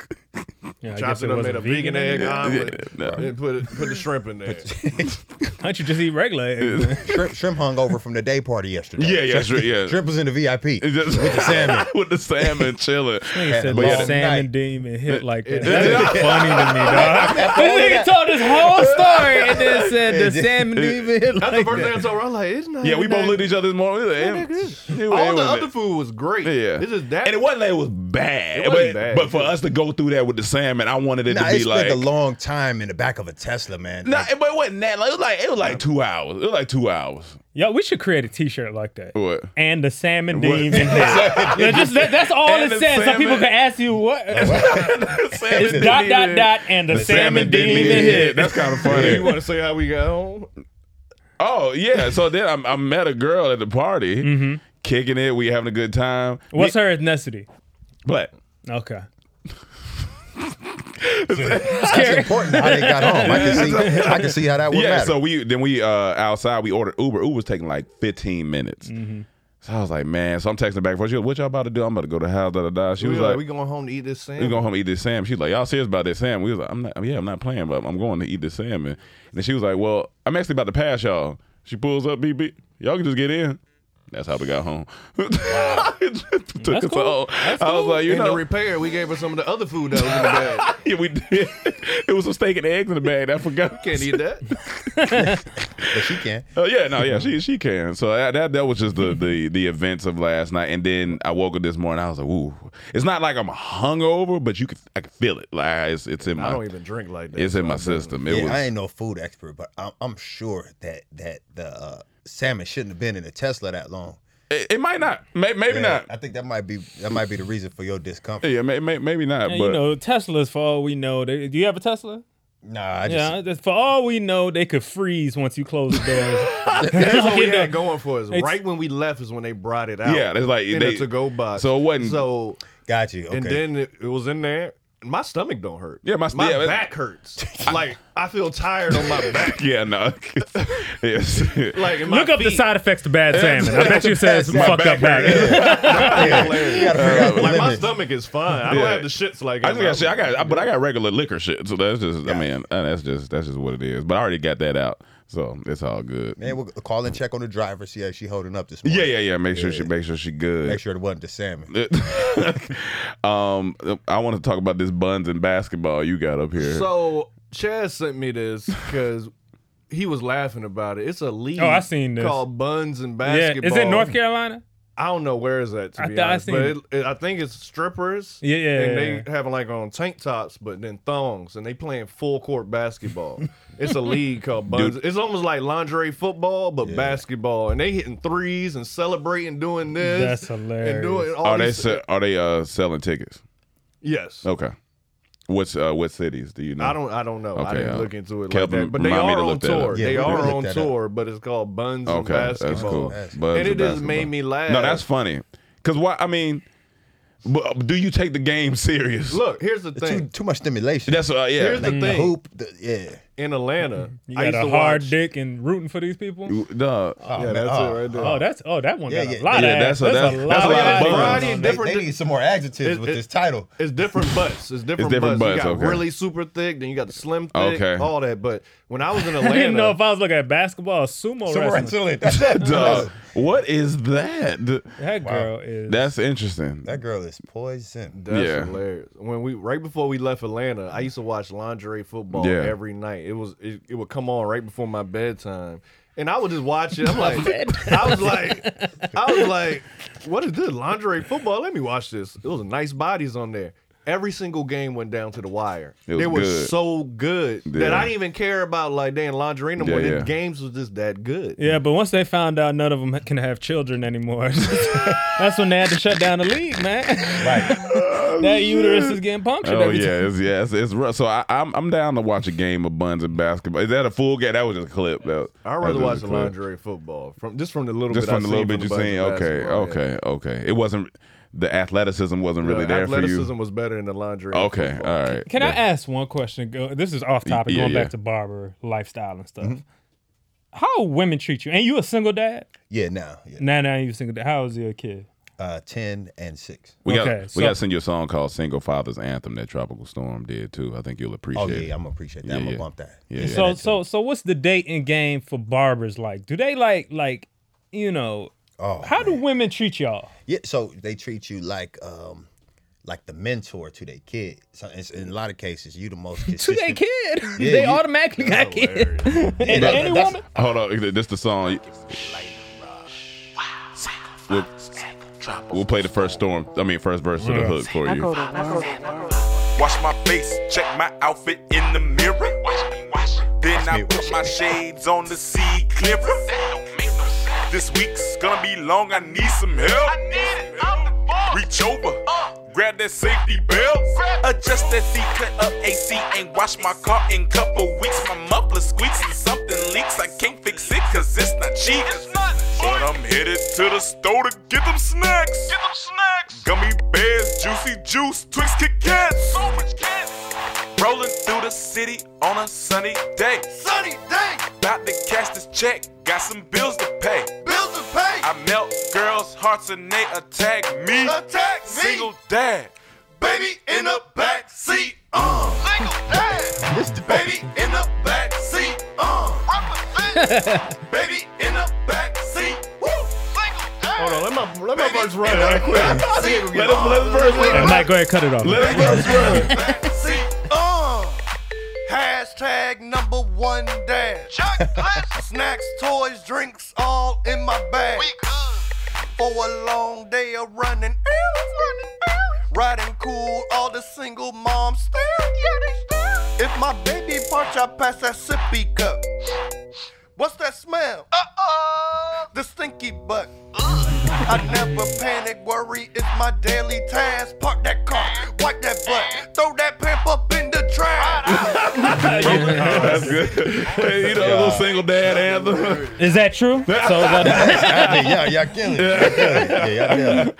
S9: Yeah, I guess
S10: Chopped
S9: it
S10: it up,
S9: wasn't
S10: made a vegan,
S9: vegan
S10: egg
S9: anymore.
S10: omelet,
S8: Yeah, no.
S10: and put it, put the shrimp in there.
S9: Why don't you just eat regular eggs? man?
S11: shrimp, shrimp hung over from the day party yesterday.
S8: Yeah, yeah,
S11: shrimp,
S8: shri- yeah.
S11: Shrimp was in the VIP with
S8: just-
S11: the salmon.
S8: <laughs> with the salmon chilling.
S9: Nigga said
S8: But
S9: the
S8: yeah,
S9: salmon demon hit like that.
S8: Yeah.
S9: That is funny to me, dog.
S8: <laughs>
S9: This nigga told this whole story and then
S8: <laughs>
S9: said the salmon demon hit
S10: That's the
S9: like
S10: first
S9: that.
S10: thing I told her. I'm like, it's not.
S8: yeah, we
S10: even
S8: both
S10: that-
S8: looked at each other this morning. We like,
S10: that
S8: "Damn."
S10: good.
S8: It- it
S10: All the
S8: was-
S10: other food was great.
S8: Yeah.
S10: This is that.
S8: And it wasn't like it was bad.
S10: It wasn't
S8: but,
S10: bad.
S8: but for us to go through that with the salmon, I wanted it
S11: Nah,
S8: to be
S11: it spent
S8: like
S11: a long time in the back of a Tesla, man.
S8: Nah, but it wasn't that. Like, it was like it was like two hours. It was like two hours.
S9: Yo, we should create a T-shirt like that.
S8: What? <laughs>
S9: And the salmon
S8: What? <laughs>
S9: demon hit. Yeah, just that- that's all
S8: And
S9: it
S8: the
S9: says. So
S8: salmon-
S9: people can ask
S8: <laughs>
S9: you what.
S8: Salmon
S9: It's dot
S8: didn't
S9: dot
S8: even-
S9: dot and the, salmon, didn't even
S8: <laughs>
S9: hit.
S8: That's kind of
S10: Yeah, you
S8: funny.
S10: want to say how we got home?
S8: oh yeah. So then I, I met a girl at the party, kicking it. We having a good time.
S9: <laughs> What's her ethnicity?
S8: Black.
S9: Okay.
S11: That's important how they
S8: <laughs>
S11: got home. I can see, I can see how that would
S8: yeah,
S11: matter.
S8: so we then we uh outside we ordered Uber. Uber's taking like 15 minutes.
S10: Mm-hmm.
S8: So I was like, man. So I'm texting back and forth. She goes, "What y'all about to do? I'm about to go to the house." Da da da. She
S10: We
S8: was
S10: were
S8: like,
S10: we going home to eat this
S8: we
S10: sandwich.
S8: going home and eat this salmon. She was like, y'all serious about this salmon? We was like, I'm not, yeah, I'm not playing, but I'm going to eat this salmon. And then she was like, well, I'm actually about to pass y'all. She pulls up, BB, y'all can just get in. That's how we got home. <laughs> Took us
S10: cool.
S8: all. I was like, you
S10: in the
S8: know,
S10: repair, we gave her some of the other food that was in the bag.
S8: <laughs> yeah, we did. <laughs> it was some steak and eggs in the bag. I forgot.
S10: Can't eat that.
S8: <laughs>
S11: but she can.
S8: Oh yeah, no, yeah, she she can. So that that, that was just the, the the events of last night, and then I woke up this morning. I was like, ooh, it's not like I'm hungover, but you can I can feel it. Like it's it's in my
S10: I don't even drink like that.
S8: it's <laughs> in my system. It
S11: yeah,
S8: was
S11: I ain't no food expert, but I'm, I'm sure that that the uh, salmon shouldn't have been in a Tesla that long.
S8: It, it might not. May, maybe
S11: Yeah,
S8: not.
S11: I think that might be that might be the reason for your discomfort.
S8: Yeah, may, may, maybe not.
S9: And
S8: but
S9: you know, Teslas. For all we know, they, do you have a Tesla?
S11: Nah, I just
S9: yeah. that's- For all we know, they could freeze once you close the
S8: <laughs>
S9: doors.
S10: That's
S9: Just
S10: what we
S9: get the-
S10: had going for us.
S9: It's-
S10: Right when we left is when they brought it out.
S8: Yeah, it's like
S10: in
S8: they-
S10: a to go box.
S8: so it wasn't-
S10: So
S11: got you. Okay.
S10: and then it, it was in there. My stomach don't hurt.
S8: Yeah, my-
S10: my
S8: yeah, it- <laughs>
S10: back hurts. like I feel tired on my
S8: <laughs>
S10: back.
S8: yeah, no. <laughs> Yes.
S10: Like in my
S9: Look up the
S10: feet.
S9: side effects to bad salmon. I bet you said some
S11: My
S9: fucked up back.
S8: <laughs>
S11: you gotta figure out the
S10: Like my
S11: limits.
S10: stomach is fine. I don't
S8: Yeah.
S10: have the shits
S8: <laughs>
S10: like
S8: I just got shit. I got, I, but I got regular liquor shit. So that's just, I mean, uh, that's just, that's just what it is. But I already got that out, so it's all good.
S11: Man, we'll call and check on the driver, see how she holding up this morning.
S8: yeah, yeah, yeah. Make sure she, make sure she good.
S11: Make sure it wasn't the salmon.
S8: <laughs> um, I want to talk about this buns and basketball you got up here.
S10: So Chaz sent me this because he was laughing about it. It's a league.
S9: Oh, I seen this.
S10: called Buns and
S9: Yeah.
S10: Basketball.
S9: Is it North Carolina?
S10: I don't know where is that to
S9: I
S10: be
S9: thought I
S10: honest, but it,
S9: seen
S10: it- I think it's strippers.
S9: Yeah, yeah,
S10: and
S9: yeah,
S10: they having like on tank tops, but then thongs, and they playing full
S9: <laughs>
S10: court basketball. it's a league called Buns. It's almost like lingerie football, but basketball, and they hitting threes and celebrating, doing this.
S9: That's hilarious. Oh,
S10: And doing all
S8: are they,
S10: these,
S8: se- are they uh selling tickets?
S10: yes.
S8: Okay. What's uh what cities do you know?
S10: I don't. I don't know. I
S8: Okay,
S10: didn't
S8: uh,
S10: look into it
S8: Kelvin,
S10: like that. But they
S8: remind me
S10: are
S8: to
S10: on
S8: look that up.
S10: tour.
S11: Yeah,
S10: they
S11: we
S10: are
S11: looked
S10: on
S11: that up.
S10: tour, but it's called Buns
S8: Okay,
S10: and Basketball.
S8: that's cool.
S11: That's-
S8: Buns
S10: and it just
S8: basketball.
S10: made me laugh.
S8: No, that's funny. Cause why? I mean, but uh, do you take the game serious?
S10: Look, here's the
S11: Too
S10: thing.
S11: too much stimulation.
S8: That's uh, yeah.
S10: Here's the
S11: the
S10: thing.
S11: hoop. The, yeah.
S10: in Atlanta.
S9: You
S10: I
S9: got
S10: used
S9: a
S10: to
S9: hard
S10: watch-
S9: dick and rooting for these people.
S8: Ooh, Duh.
S10: Oh, Yeah, man. that's it right there.
S9: Oh, that's oh that one
S10: Yeah,
S9: got
S10: yeah.
S9: a lot
S10: Yeah,
S9: of
S10: that's
S9: that's,
S10: a-
S9: that's,
S10: that's-
S9: a lot
S10: that's a lot of
S9: of
S10: buns.
S9: buns.
S10: Variety of They- different- they need
S11: some more adjectives
S10: It-
S11: with
S10: it-
S11: this title.
S10: It's different butts. It's different,
S8: different
S10: butts.
S8: butts,
S10: You got
S8: okay.
S10: really super thick, then you got the slim thick,
S8: Okay.
S10: all that. But when I was in
S9: I
S10: Atlanta,
S9: didn't know if I was looking at basketball or sumo,
S10: Sumo
S9: wrestling.
S8: Duh. What is that?
S9: That girl is-
S8: That's interesting.
S11: That girl is poison.
S10: That's
S8: Yeah.
S10: hilarious. When we right before we left Atlanta, I used to watch lingerie football
S8: Yeah.
S10: every night. It was it, it would come on right before my bedtime. And I would just watch it. I'm like, I was like, I was like, what is this lingerie football? Let me watch this. It was nice bodies on there. Every single game went down to the wire.
S8: It was
S10: they were
S8: good.
S10: so good that
S8: Yeah.
S10: I didn't even care about like they in lingerie no
S8: Yeah,
S10: more. The
S8: yeah.
S10: games was just that good.
S9: Yeah, but once they found out none of them can have children anymore, <laughs> that's when they had to shut down the league, man. Right. <laughs> that uterus is getting punctured
S8: Oh
S9: every
S8: yeah,
S9: time.
S8: it's, yeah, it's, it's rough. So I, I'm I'm down to watch a game of buns and basketball. Is that a full game? That was just a clip. That,
S10: I'd
S8: that
S10: rather
S8: was
S10: watch
S8: just
S10: the
S8: a clip.
S10: lingerie football from just from the little
S8: Just
S10: bit I
S8: from the little
S10: seen
S8: bit you
S10: from the
S8: seen.
S10: Bucks
S8: Okay,
S10: basketball, yeah.
S8: okay, okay. It wasn't the athleticism wasn't really
S10: Yeah,
S8: there for
S10: Uh, athleticism
S8: you.
S10: was better than the lingerie.
S8: Okay,
S10: football.
S8: all right.
S9: Can I ask one question? Go. This is off
S8: Y-
S9: topic,
S8: yeah,
S9: going
S8: yeah. Mm-hmm.
S9: back to barber lifestyle and stuff. How women treat you? And you a single dad?
S11: Yeah, now. Yeah.
S9: Nah, nah, you a single dad. How old is your kid?
S11: Uh, 10 and 6.
S8: We got
S9: Okay,
S8: we
S9: so-
S8: got to send you a song called "Single Father's Anthem" that Tropical Storm did too. I think you'll appreciate.
S11: Oh, yeah,
S8: it.
S11: I'm gonna appreciate that. I'm gonna bump that.
S8: Yeah, yeah.
S9: so so so what's the dating game for barbers like? Do they like like you know
S11: Oh,
S9: how do women treat y'all?
S11: Yeah, so they treat you like um like the mentor to their kid. So it's, in a lot of cases, you the most
S9: <laughs> To
S11: consistent.
S9: their kid.
S11: Yeah,
S9: <laughs> they
S11: you-
S9: automatically got kids.
S8: Yeah,
S9: And
S8: that-
S9: <laughs> any
S8: that's-
S9: woman?
S8: Hold on, this is the song. We'll, we'll play the first storm. I mean, first verse of the hook for you.
S15: Wash my face, check my outfit in the mirror. Then I put my shades on to see clearer. This week's gonna be long, I need some help. Reach over, grab that safety belt. Adjust that seat, cut up AC, and wash my car in couple weeks. My muffler squeaks and something leaks. I can't fix it cause it's not cheap. But I'm headed to the store to get them snacks. Get them snacks. Gummy bears, juicy juice, Twix Kit Kats. So much cat. Rolling through the city on a sunny day. Sunny day. About to cash this check, got some bills to pay. Bills to pay. I melt girls' hearts and they attack me. Attack me. Single dad. Baby in the back seat. Uh. Single dad. Baby in the back seat. Uh. Baby in the back seat. Woo. Single dad.
S10: Hold on, let my let my verse run right quick. Let him let him
S9: Yeah,
S10: verse
S9: Mike, go ahead, cut it off.
S15: Uh, hashtag number one dad. Snacks, toys, drinks, all in my bag. For a long day of running, riding cool, all the single moms stare. If my baby punch, I pass that sippy cup. What's that smell? Uh-oh. The stinky butt. I never panic, worry is my daily task. Park that car, wipe that butt, throw that pimp up in the trash.
S8: That's
S11: <laughs>
S8: good. you know, a little single dad anthem.
S9: <laughs> Is that true? So
S11: yeah, y'all killing it.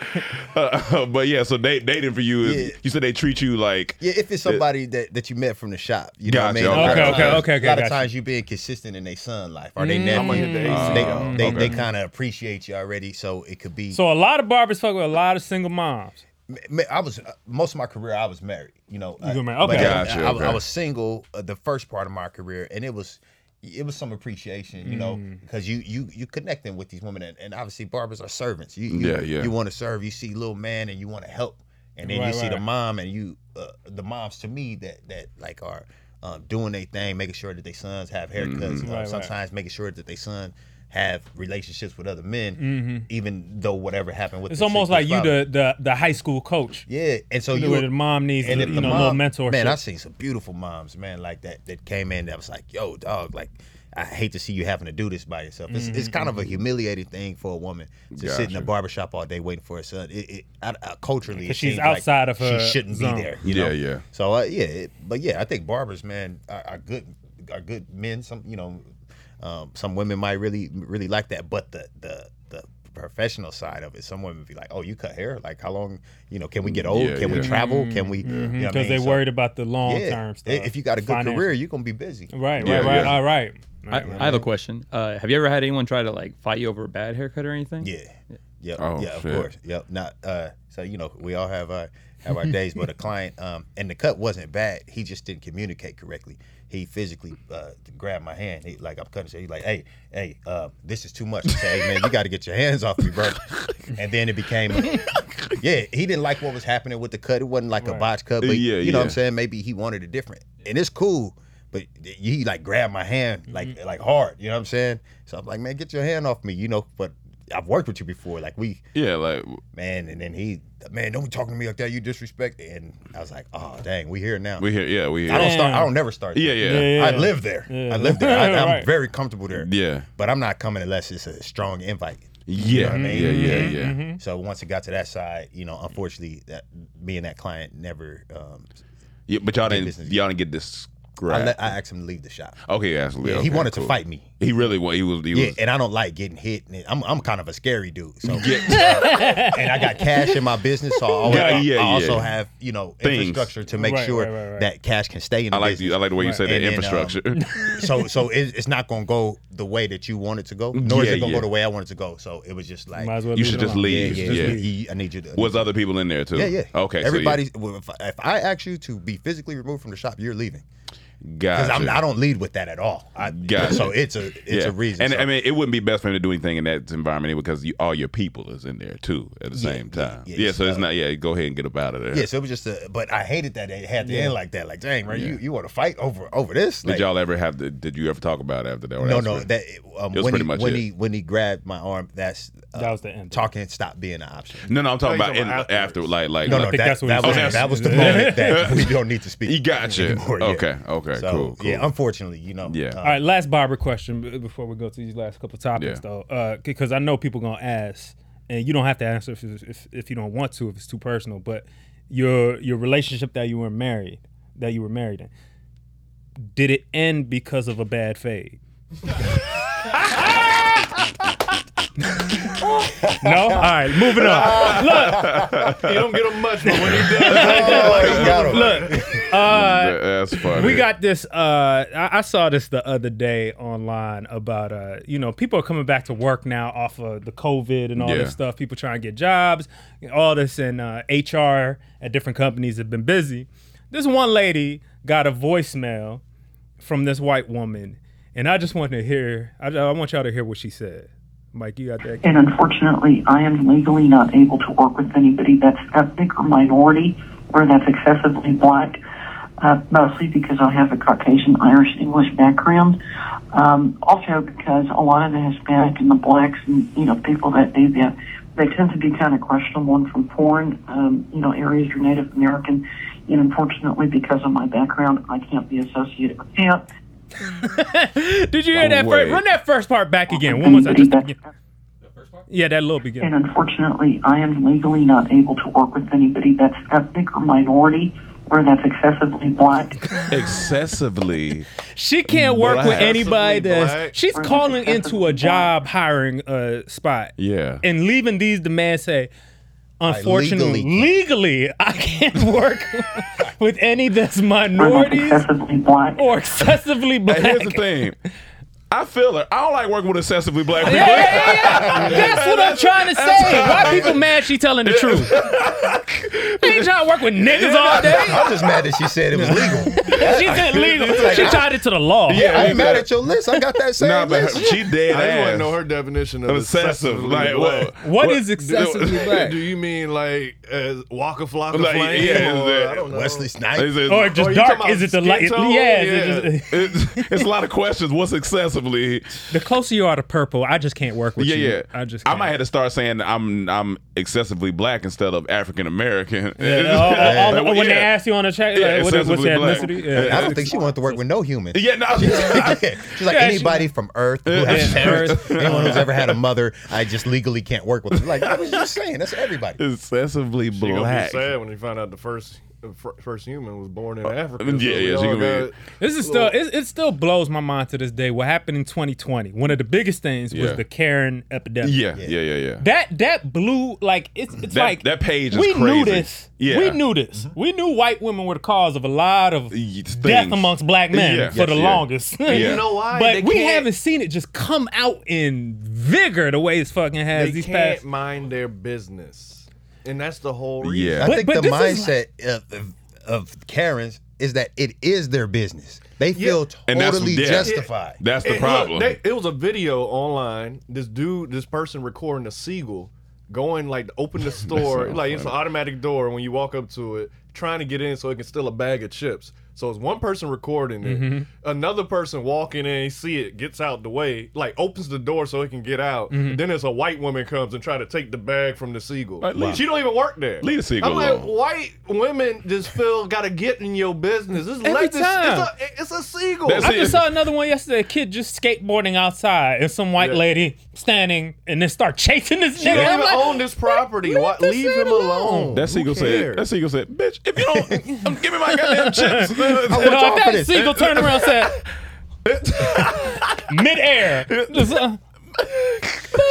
S8: Uh, <laughs> but yeah, so date, dating for you is you said they treat you like
S11: Yeah, if it's somebody that, that you met from the shop, you
S8: Gotcha,
S11: know what I mean.
S8: okay,
S11: A lot of
S8: okay,
S11: times-
S8: okay, okay,
S11: A lot of
S8: gotcha.
S11: times you being consistent in their son life or they
S9: Mm.
S11: nephew.
S9: Somebody that
S11: Uh,
S9: they
S11: they
S9: see.
S11: they,
S9: Okay.
S11: they kind of appreciate you already, so it could be.
S9: So a lot of barbers fuck with a lot of single moms.
S11: Ma- I was uh, most of my career I was married. You know,
S9: You
S11: uh,
S9: were married,
S11: but
S9: okay.
S11: I-
S8: Gotcha,
S11: I, was- I
S8: okay.
S11: was single uh, the first part of my career, and it was it was some appreciation, you know,
S8: Mm.
S11: because you you you connecting with these women, and, and obviously barbers are servants. You, you
S8: Yeah, yeah.
S11: You want to serve. You see little man, and you want to help, and then
S8: Right,
S11: you see the
S8: right.
S11: mom, and you uh, the moms to me that that like are. Um, doing their thing, making sure that their sons have haircuts.
S8: Mhm.
S11: uh,
S8: Right, right.
S11: sometimes making sure that their son have relationships with other men,
S9: Mhm.
S11: even though whatever happened with.
S9: It's
S11: the chick was
S9: almost like you
S11: probably-
S9: the, the the high school coach.
S11: Yeah, and so Oh, you
S9: where the mom needs
S11: and
S9: a,
S11: if
S9: you
S11: the
S9: know, a little
S11: mom-
S9: mentorship.
S11: Man, I seen some beautiful moms, man, like that that came in that was like, "Yo, dog, like I hate to see you having to do this by yourself." It's, it's
S9: Mhm,
S11: kind of a humiliating thing for a woman to sit in a
S8: Gotcha.
S11: barbershop all day waiting for her son. It, it I, I, culturally, it
S9: 'Cause she's
S11: seems like
S9: outside of her
S11: She shouldn't
S9: zone.
S11: be there. You
S8: Yeah,
S11: know?
S8: yeah.
S11: So uh, yeah, it, but yeah, I think barbers, man, are, are good are good men. Some you know, um, some women might really really like that, but the the the professional side of it. Some women be like, "Oh, you cut hair? Like, how long? You know, can we get old?
S9: Yeah,
S11: can we
S9: yeah.
S11: travel? Can we?
S9: Mhm,
S11: you know what I mean?
S9: 'cause they worried about the long-term
S11: yeah,
S9: stuff,
S11: If you got a good
S9: financial.
S11: career, you're gonna be busy.
S9: Right,
S12: Yeah,
S9: right, right,
S12: yeah.
S9: all right.
S12: I,
S9: Right, right,
S12: I have a
S9: right.
S12: question. Uh, have you ever had anyone try to like fight you over a bad haircut or anything?
S11: Yeah. Yeah.
S12: Oh,
S11: yeah, of
S12: shit.
S11: course. Yep. Not uh so you know, we all have our have our days, but a client um and the cut wasn't bad. He just didn't communicate correctly. He physically uh grabbed my hand. He like I'm cutting so he's like, Hey, hey, uh, this is too much. I said, Hey man, you gotta get your hands off me, bro. And then it became a- Yeah, he didn't like what was happening with the cut. It wasn't like a
S15: Right.
S11: botch cut, but
S15: Yeah,
S11: you know what I'm
S15: yeah.
S11: saying? Maybe he wanted it different. And it's cool. But he like grabbed my hand
S8: Mm-hmm.
S11: like like hard, you know what I'm saying? So I'm like, man, get your hand off me, you know. But I've worked with you before. Like we,
S8: yeah, like
S11: man. And then he, man, don't be talking to me like that. You disrespect. And I was like, oh dang, we here now.
S8: We here, yeah, we here.
S11: I don't start. I
S8: Damn.
S11: don't never start.
S8: Yeah,
S11: there.
S8: yeah. Yeah,
S11: I
S8: yeah.
S11: live there.
S8: Yeah.
S11: I live
S8: <laughs>
S11: there. I, I'm
S8: Right.
S11: very comfortable there.
S8: Yeah.
S11: But I'm not coming unless it's a strong invite.
S8: Yeah, yeah, yeah, yeah. Mhm.
S11: So once it got to that side, you know, unfortunately, that me and that client never. Um,
S8: Yeah, but y'all
S11: did
S8: didn't
S11: business.
S8: y'all didn't get this.
S11: I, let, I asked him to leave the shop.
S8: Okay, absolutely.
S11: Yeah, he
S8: Okay,
S11: wanted to
S8: cool.
S11: fight me.
S8: He really was. He was. He
S11: yeah,
S8: was
S11: and I don't like getting hit. And I'm I'm kind of a scary dude. So <laughs> and I got cash in my business, so I, always,
S8: Yeah, yeah,
S11: I also
S8: yeah.
S11: have you know
S8: Things.
S11: infrastructure to make
S8: Right,
S11: sure
S8: right, right, right.
S11: that cash can stay in.
S8: I
S11: the
S8: like you-
S11: business.
S8: I like the way you said that,
S11: And then, um,
S8: infrastructure.
S11: so so it, it's not gonna go the way that you want it to go, nor is
S8: Yeah,
S11: it gonna
S8: yeah.
S11: go the way I want it to go. So it was just like
S8: Might as well <laughs> You leave should it just alone. leave.
S11: uh, Yeah,
S8: Yeah.
S11: yeah, you- I need you. To,
S8: Was other people in there too?
S11: Yeah, yeah.
S8: Okay. so
S11: Everybody's. well, if, I- if I ask you to be physically removed from the shop, you're leaving.
S8: yeah.
S11: Because
S8: Gotcha.
S11: I don't lead with that at all. I,
S8: Gotcha.
S11: So it's a it's
S8: Yeah.
S11: a reason.
S8: And
S11: so.
S8: I mean, it wouldn't be best for him to do anything in that environment because you, all your people is in there too at the
S11: Yeah,
S8: same
S11: yeah,
S8: time. Yeah.
S11: yeah,
S8: so it's not. Yeah. Go ahead and get up out of there.
S11: Yeah, so it was just a. But I hated that it had to
S8: Yeah.
S11: end like that. Like, dang, right?
S8: Yeah.
S11: You you want to fight over over this?
S8: Did
S11: Like,
S8: y'all ever have the? Did you ever talk about it after that? or
S11: no,
S8: that's
S11: no.
S8: when-
S11: That um,
S8: it was
S11: when
S8: pretty
S11: he,
S8: much
S11: when
S8: it.
S11: he when he grabbed my arm, that's uh,
S9: That was the end.
S11: Talking stopped being an option.
S8: No, no, I'm talking about in, after, like, like.
S11: no,
S8: like-
S11: no. That, that, was,
S8: <laughs>
S11: that was the moment that we don't need to speak.
S8: You Oh, gotcha.
S11: anymore, yeah.
S8: Okay, okay,
S11: So,
S8: cool, cool.
S11: Yeah, unfortunately, you know. uh,
S8: Yeah.
S9: All right, last barber question b- before we go to these last couple topics, though, because I know people gonna ask, and you don't have to answer if, if if you don't want to, if it's too personal. But your your relationship that you were married, that you were married in, did it end because of a bad fade? <laughs> no. All right, moving on. Look,
S10: You don't get him much, but
S8: <laughs>
S10: when he does,
S8: he got 'em.
S9: look, uh,
S8: That's funny.
S9: we got this. Uh, I, I saw this the other day online about uh, you know, people are coming back to work now off of the COVID and all
S10: Yeah.
S9: this stuff. People trying to get jobs, all this, and uh, HR at different companies have been busy. This one lady got a voicemail from this white woman, and I just want to hear. I, I want y'all to hear what she said. Mike, you got that?
S16: And unfortunately, I am legally not able to work with anybody that's ethnic or minority or that's excessively black, uh, mostly because I have a Caucasian Irish English background. Um, also because a lot of the Hispanic and the blacks and, you know, people that do that, they tend to be kind of questionable and from foreign, um, you know, areas or Native American. And unfortunately, because of my background, I can't be associated with that.
S9: Did you hear that? First,
S16: Wait.
S9: run that first part back again. One more time. Just yeah, that little beginning.
S16: And unfortunately, I am legally not able to work with anybody that's ethnic or minority or that's excessively black.
S8: <laughs> excessively.
S9: She can't work with
S8: Black.
S9: anybody
S8: Black.
S9: that's she's calling into a job hiring uh spot
S8: Yeah.
S9: and leaving these demands say unfortunately
S16: legally can't.
S9: legally I can't
S16: <laughs>
S9: work with any that's minorities or excessively black.
S8: And here's
S9: <laughs>
S8: the thing. I feel her. I don't like working with excessively black people.
S9: That's what I'm trying to say. Why people mad she telling
S16: <laughs>
S9: the truth? They ain't trying to work with niggas all day.
S11: I'm just mad that she said
S9: <laughs>
S11: it was legal.
S16: <laughs>
S9: She said legal.
S11: It's like,
S9: She tied it to the law.
S11: Yeah, I ain't mad at your list. I got that same
S8: Nah, but
S11: list.
S8: she dead
S10: I just want
S8: ass.
S10: to know her definition of
S8: Obsessive,
S10: excessively
S8: like,
S10: black.
S8: what- What <laughs> what- is excessively
S10: do,
S8: <laughs> black?
S10: <laughs> Do you mean like uh, Walker Flocka
S8: Like,
S10: Flame?
S8: yeah,
S10: or,
S8: is
S10: I
S8: it-
S10: don't know.
S11: Wesley
S8: Is it-
S9: Or just
S10: you
S9: dark?
S10: talking
S9: Is it the
S10: about
S9: light?
S10: skin tone?
S9: Yeah, is it just-
S8: <laughs> It's, it's a lot of questions. What's excessively?
S9: The closer you are to purple, I just can't work with
S8: yeah,
S9: you.
S8: yeah.
S9: I just
S8: I might have to start saying I'm I'm excessively black instead of African American.
S9: <laughs> Yeah,
S8: <laughs>
S9: oh, oh, oh, when they ask you on the chat, like, what- what's your ethnicity?
S8: <laughs>
S9: Yeah.
S11: I don't think she wanted to work with no human. <laughs>
S8: Yeah, no. <laughs>
S11: She's like
S9: Yeah, she-
S11: anybody from Earth who has
S9: Yeah.
S11: parents, anyone who's ever had a mother, I just legally can't work with. Them. Like I was just saying, that's everybody.
S8: Excessively
S10: She gonna
S8: black. Uh,
S10: be sad when you find out the first fir- first human was born in Africa.
S8: yeah,
S10: so we
S8: yeah, she
S10: all
S8: could be-
S10: got-
S9: This is still it, it still blows my mind to this day. What happened in 2020? One of the biggest things
S8: Yeah.
S9: was the Karen epidemic.
S8: Yeah, yeah, yeah, yeah.
S9: That that blew like it's it's
S8: That-
S9: like
S8: that page is
S9: we
S8: crazy.
S9: knew this.
S8: Yeah.
S9: We knew this.
S10: Mm-hmm.
S9: We knew white women were the cause of a lot of death amongst black men
S8: Yeah.
S9: for
S8: Yes,
S9: the
S8: yeah.
S9: longest.
S8: And you Yeah. know
S10: why? They
S9: But we
S10: can't-
S9: haven't seen it just come out in vigor the way it's fucking has
S10: they
S9: these
S10: can't
S9: past.
S10: mind their business, and that's the whole reason.
S11: Yeah. I think the mindset of, of of Karens is that it is their business. They feel
S8: And that's-
S11: totally
S8: yeah.
S11: justified.
S8: That's the
S10: It-
S8: problem.
S10: look, they- it was a video online. This dude, this person recording a seagull going like to open
S8: <laughs>
S10: the store,
S8: so
S10: like it's an
S8: funny.
S10: automatic door when you walk up to it, trying to get in so it can steal a bag of chips. So it's one person recording
S9: Mhm.
S10: it,
S8: Mm-hmm.
S10: another person walking in, see it, gets out the way, like opens the door so it can get out.
S9: Mhm.
S10: Then there's a white woman comes and try to take the bag from the seagull.
S8: Mm-hmm. Like, leave-
S10: She don't even work there.
S8: leave the seagull
S10: I'm like,
S8: alone.
S10: white women just feel gotta get in your business. This
S9: Every
S10: like this,
S9: time.
S10: It's, a, it's a seagull.
S9: I just saw another one yesterday. A kid just skateboarding outside, and some white lady standing, and then start chasing this
S10: She
S9: nigga.
S10: don't
S9: I'm
S10: even
S9: like,
S10: own this property.
S9: leave
S10: Why,
S9: this
S10: leave
S9: shit
S10: him alone.
S8: That
S10: Who
S8: seagull
S10: cares?
S8: said, that seagull said, bitch, if you
S10: <laughs>
S8: don't um, give me my goddamn chips.
S9: No, if that seagull turned around and
S8: <laughs>
S9: said, midair. Just, uh,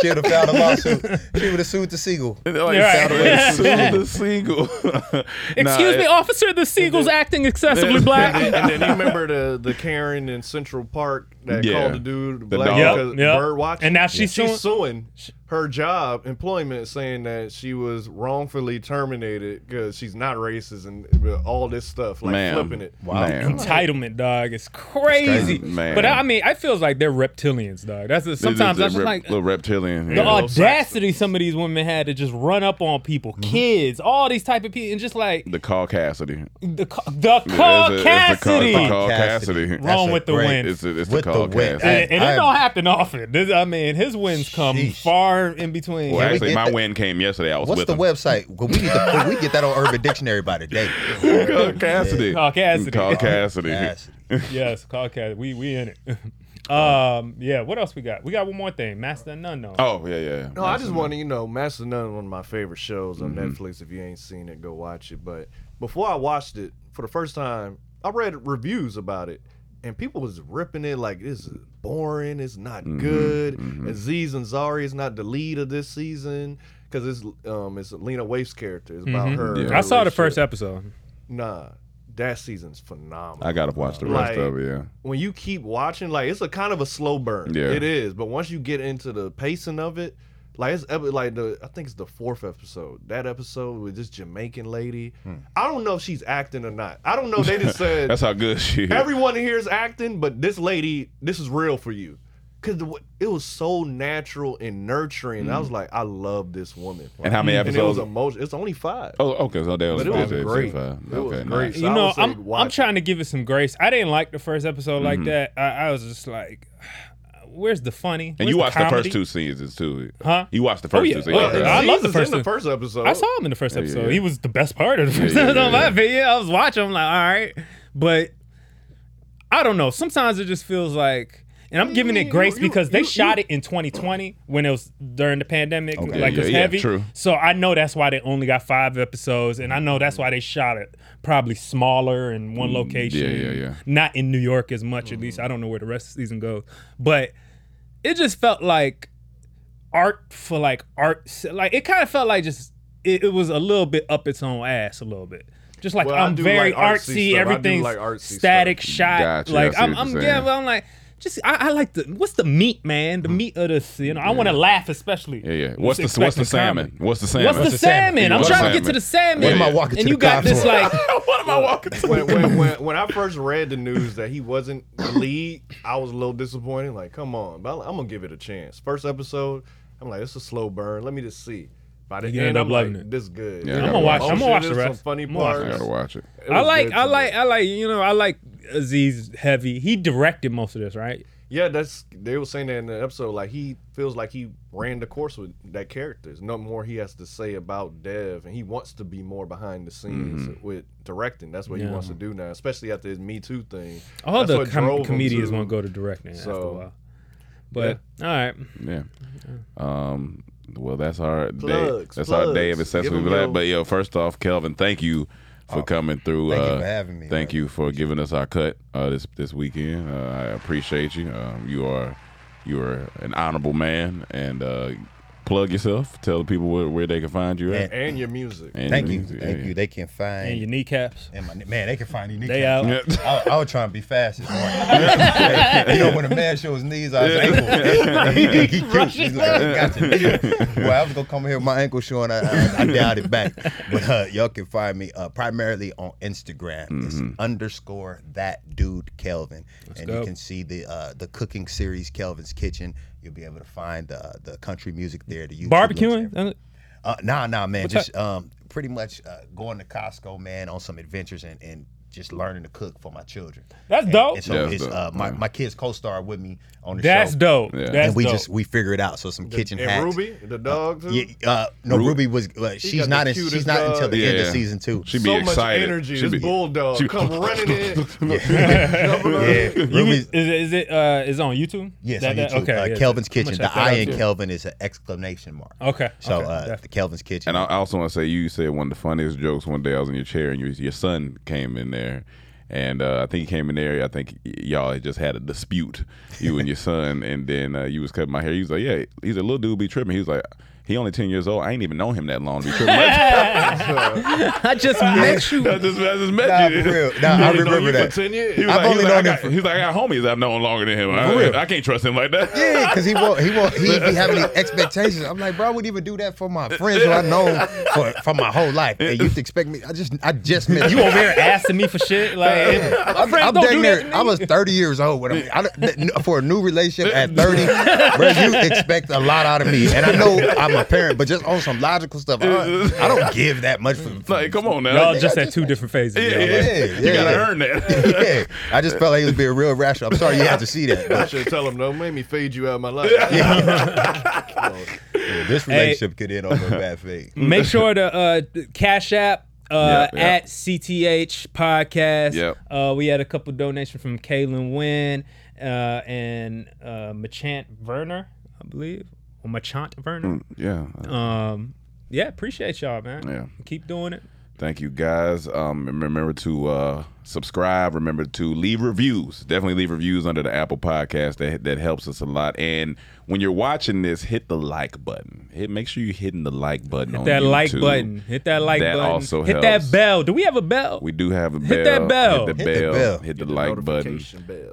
S11: She would have filed a lawsuit. She would have sued the seagull.
S8: Like,
S9: <laughs> Right.
S8: sue the seagull. <laughs>
S9: Excuse
S8: Nah,
S9: me, oh,
S8: it-
S9: officer. The seagull's acting excessively <laughs>
S10: And
S9: black.
S10: then- and then you remember the, the Karen in Central Park that
S8: Yeah.
S10: called the dude the
S8: The
S10: black
S8: dog.
S10: because
S9: Yep, yep.
S10: bird watching,
S9: And now she's
S10: suing, her job employment, saying that she was wrongfully terminated because she's not racist and all this stuff, like
S8: Ma'am.
S10: flipping it.
S8: Wow. Ma'am.
S9: Entitlement, dog.
S8: <laughs>
S9: It's crazy.
S8: Man.
S9: But I mean, I feels like they're reptilians, dog. That's the-
S8: They- they-
S9: sometimes
S8: they
S9: I'm just
S8: rep-
S9: like uh,
S8: little reptilian.
S9: the
S8: yeah.
S9: audacity some of these women had to just run up on people, kids, all these type of people, and just like
S8: Mm-hmm. The Carl Cassidy.
S9: the ca- the
S8: Yeah, it's a- it's the Carl-
S9: Cassidy.
S8: it's the Carl Cassidy.
S9: Wrong with the wind.
S8: It's, a, it's
S11: With
S8: the
S11: the
S8: Carl
S11: wind.
S8: Cassidy.
S9: and, and it don't happen often. This, I mean, his wins come far in between.
S8: Well,
S9: <laughs>
S8: actually,
S11: get
S8: my
S11: that-
S8: win came yesterday. I was
S11: What's
S8: with
S11: the
S8: him.
S11: website? Well, we need to well, we get that on Urban Dictionary by the day.
S8: <laughs> Carl Cassidy.
S9: Carl Cassidy. <laughs>
S8: Carl Cassidy.
S9: yes, Carl Cassidy. We we in it. <laughs> um, yeah. What else we got? We got one more thing. Master and None. though.
S8: Oh yeah, yeah.
S10: No, I just
S9: None.
S10: want to, you know, Master of None, one of my favorite shows on
S8: Mhm.
S10: Netflix. If you ain't seen it, go watch it. But before I watched it for the first time, I read reviews about it, and people was ripping it like this is boring, it's not
S8: Mhm,
S10: good. Aziz Ansari is not the lead of this season because it's um it's Lena Waif's character. It's about
S9: Mhm.
S10: her.
S9: I
S10: her
S9: saw the
S10: relationship.
S9: first episode.
S10: Nah, that season's phenomenal.
S8: I gotta watch the rest
S10: Like,
S8: of it. Yeah.
S10: When you keep watching, like it's a kind of a slow burn.
S8: Yeah.
S10: It is, but once you get into the pacing of it, like it's epi- like the I think it's the fourth episode. That episode with this Jamaican lady. I don't know if she's acting or not. I don't know.
S8: <laughs>
S10: They just said
S8: That's how good she is.
S10: everyone here is acting, but this lady, this is real for you. Cause the, it was so natural and nurturing. I was like, I love this woman.
S8: Mm. And how many
S10: it was
S8: episodes?
S10: emotional. It's only five.
S8: Oh, okay. So that was,
S10: But it was
S8: that
S10: great.
S8: five.
S10: It was
S8: Okay,
S10: great.
S8: nice.
S10: So I
S9: you know,
S10: would say
S9: I'm
S10: watch
S9: I'm trying to give it some grace. I didn't like the first episode like
S8: Mhm.
S9: that. I, I was just like, where's the funny?
S8: And
S9: Where's
S8: you watched the,
S9: comedy?
S8: first two seasons too.
S9: Huh?
S8: You watched the first
S9: oh, yeah.
S8: two
S9: Oh,
S8: seasons.
S9: yeah. I
S10: Aziz
S9: love the
S10: is
S9: first,
S10: in the first episode.
S9: I saw him in the first
S8: Yeah, yeah,
S9: episode.
S8: yeah.
S9: He was the best part of the first
S8: yeah,
S9: episode, <laughs>
S8: yeah,
S9: in my opinion. I was watching. I'm like, all right, but I don't know. Sometimes it just feels like. And I'm giving it grace because they shot it in 2020 when it was during the pandemic,
S8: Okay.
S9: like
S8: Yeah,
S9: it's
S8: yeah,
S9: heavy.
S8: true.
S9: So I know that's why they only got five episodes, and I know that's why they shot it probably smaller in one
S8: Mm, yeah,
S9: location.
S8: yeah, yeah.
S9: Not in New York as much, at least. I don't know where the rest of the season goes, but it just felt like art for like art. Like it kind of felt like just it, it was a little bit up its own ass a little bit. Just like
S10: Well, I
S9: I'm
S10: do
S9: very
S10: like
S9: artsy,
S10: artsy stuff. I do
S9: everything's
S10: like artsy stuff.
S9: static shot.
S8: Gotcha, I
S9: like
S8: see
S9: I'm,
S8: what
S9: I'm
S8: you're
S9: yeah,
S8: saying.
S9: well, I'm like just I, I like the what's the meat, man? The meat of this, you know. I want to laugh, especially.
S8: Mm. Yeah, yeah.
S9: Just
S8: What's the what's
S9: expecting
S8: the salmon?
S9: comedy.
S8: What's the salmon?
S9: What's the salmon? I'm
S8: What's
S9: trying to get to the salmon.
S8: Yeah, yeah.
S9: and you got this
S8: <laughs>
S9: like
S8: what am I walking to?
S10: when, when, when, when I first read the news that he wasn't the lead, I was a little disappointed. Like, come on, but I'm gonna give it a chance. First episode, I'm like, it's a slow burn. Let me just see. By the
S9: You
S10: end,
S9: end up
S10: I'm like,
S9: loving it.
S10: this good.
S8: Yeah,
S10: There's
S8: I gotta
S10: some
S8: watch it.
S9: I'ma watch the
S10: emotion, there's
S9: rest.
S10: Some funny
S9: I'ma watch
S10: parts.
S9: it.
S8: I gotta watch it.
S10: It
S9: I
S10: was
S9: like
S10: good
S9: I
S10: to me.
S9: like I like you know I like Aziz Heavy. He directed most of this, right?
S10: Yeah, that's they were saying that in the episode. Like he feels like he ran the course with that character. There's no more he has to say about Dev, and he wants to be more behind the scenes
S8: Mhm.
S10: with directing. That's what
S9: Yeah.
S10: he wants to do now, especially after his Me Too thing.
S9: All
S10: That's
S9: the
S10: what
S9: com-
S10: drove him
S9: comedians
S10: to-
S9: won't go to directing after a
S10: So,
S9: while. But all right,
S8: Yeah. Um. Well, that's our day.
S10: Plugs,
S8: That's our day of
S10: plugs. Give
S8: accessory
S10: 'em
S8: black.
S10: your-
S8: But yo, first off, Kelvin, thank you for coming through.
S11: Oh, thank you
S8: Uh,
S11: for having me,
S8: Thank you for giving us our cut uh, this this weekend. Uh, I appreciate you. Um, you are you are an honorable man, and uh, plug yourself. Tell the people where, where they can find you at.
S10: And- and your music.
S8: And
S11: Thank
S8: your
S11: you.
S8: music,
S11: Thank
S8: yeah.
S11: you. They can find
S9: And your kneecaps.
S11: And my, man, they can find your
S9: They
S11: kneecaps.
S9: out.
S11: I, I was trying to be fast this morning. <laughs> you know, when a man shows knees, I was ankle. he, he, he, cute. He's like, I got your knee. Well, I was gonna come here with my ankle showing. I, I, I doubt it back. But uh, y'all can find me uh, primarily on Instagram. It's underscore that dude Kelvin, and
S9: go.
S11: you can see the uh, the cooking series Kelvin's Kitchen. You'll be able to find uh, the country music there. The YouTube links,
S9: Barbecuing?
S11: uh, nah, nah, man.
S9: What's
S11: just um, pretty much uh, going to Costco, man, on some adventures and, and just learning to cook for my children.
S9: That's
S11: And-
S9: dope.
S11: And so
S9: That's
S11: it's,
S9: dope,
S11: Uh, my,
S9: yeah.
S11: my kids co-star with me on the
S9: Oh. That's
S11: show.
S9: dope. Yeah. That's
S11: and we
S9: dope.
S11: just we figure it out. So some kitchen
S10: and
S11: hacks.
S10: Ruby, the dog. Too?
S11: Yeah, uh, no,
S8: Ru-
S11: Ruby was. Uh,
S10: She
S11: she's
S10: got
S11: not.
S10: the
S11: In, she's
S10: cutest
S9: uh,
S11: not until
S10: dog.
S11: the end of
S8: Yeah.
S11: season two.
S8: She be
S10: so
S8: excited.
S10: much energy.
S8: She
S10: this
S8: be-
S10: bulldog
S8: she-
S10: come running in.
S8: <laughs>
S9: <laughs>
S11: yeah, Ruby's,
S9: Is it, is it uh, is it on YouTube?
S11: Yes,
S9: That-
S11: on
S9: that-
S11: YouTube.
S9: Okay,
S11: uh,
S9: yeah.
S11: Kelvin's
S9: I'm gonna
S11: Kitchen.
S9: check
S11: The
S9: that
S11: I
S9: out
S11: in
S9: too.
S11: Kelvin is an exclamation mark.
S9: Okay,
S11: So
S9: okay,
S11: uh, the Kelvin's Kitchen.
S8: And I also want to say you said one of the funniest jokes one day I was in your chair and your your son came in there. And uh, I think he came in there. I think y- y'all had just had a dispute, you
S11: <laughs>
S8: and your son. And then uh, you was cutting my hair. He was like, "Yeah." He's a little dude be tripping. He was like, "He only ten years old. I ain't even known him that long
S11: <laughs>
S8: to be tripping." <laughs>
S12: I
S9: <laughs>
S12: just met you.
S8: I just, I just met
S11: Nah,
S8: you.
S11: for real. Nah, I
S8: He was like,
S11: remember that.
S8: "You for 10 years?" He was
S11: I've
S8: like, he was
S11: only
S8: like,
S11: known
S8: I
S11: him
S8: got-
S11: for-
S8: He was like, "I got homies I've known longer than him.
S11: For real.
S8: I, I can't trust him like that."
S11: Yeah, because he won't, he won't, he
S9: <laughs>
S11: be having these expectations. I'm like, bro, I wouldn't even do that for my friends who I know for, for my whole life. And you expect me? I just, I just met
S9: You over there asking me for shit? Like, my
S11: <laughs> I'm,
S9: friends
S11: I'm
S9: don't
S11: dang
S9: do
S11: near-
S9: that to me.
S11: I was 30 years old when I'm, I don't- that- n- for a new relationship at 30. bro, you expect a lot out of me, and I know I'm a parent, but just on some logical stuff, I, I don't give that much. For,
S8: <laughs> Like, come on now.
S9: Y'all just at two different phases.
S8: yeah,
S9: y'all.
S8: yeah,
S11: yeah,
S8: you gotta
S11: yeah.
S8: earn that.
S11: yeah, I just felt like he was being real rational. I'm sorry you had to see that.
S10: I
S9: <laughs>
S11: But
S10: should tell him, no, make me fade you out of my life.
S11: yeah, this relationship could end over a bad fate.
S9: Make sure to uh, Cash App uh,
S8: Yep, yep.
S9: at CTH Podcast.
S8: Yep.
S9: Uh, we had a couple donations from Kaylin Wynn uh, and uh, Machant Werner, I believe, or Machant Werner.
S8: <laughs> yeah.
S9: Um, yeah, appreciate y'all, man.
S8: Hmm. Yeah.
S9: Keep doing it.
S8: Thank you guys. Um, and remember to uh, subscribe. Remember to leave reviews. Definitely leave reviews under the Apple Podcast. That that helps us a lot. And when you're watching this, hit the like button. Hit make sure you're hitting the like button.
S9: Hit
S8: on
S9: that like
S8: YouTube.
S9: button. Hit that like
S8: That
S9: button.
S8: also
S9: Hit
S8: helps.
S9: that bell. Do we have a bell?
S8: We do have a bell.
S9: Hit that bell.
S8: Hit the
S11: Hit the
S8: bell.
S11: bell.
S8: Hit the like button.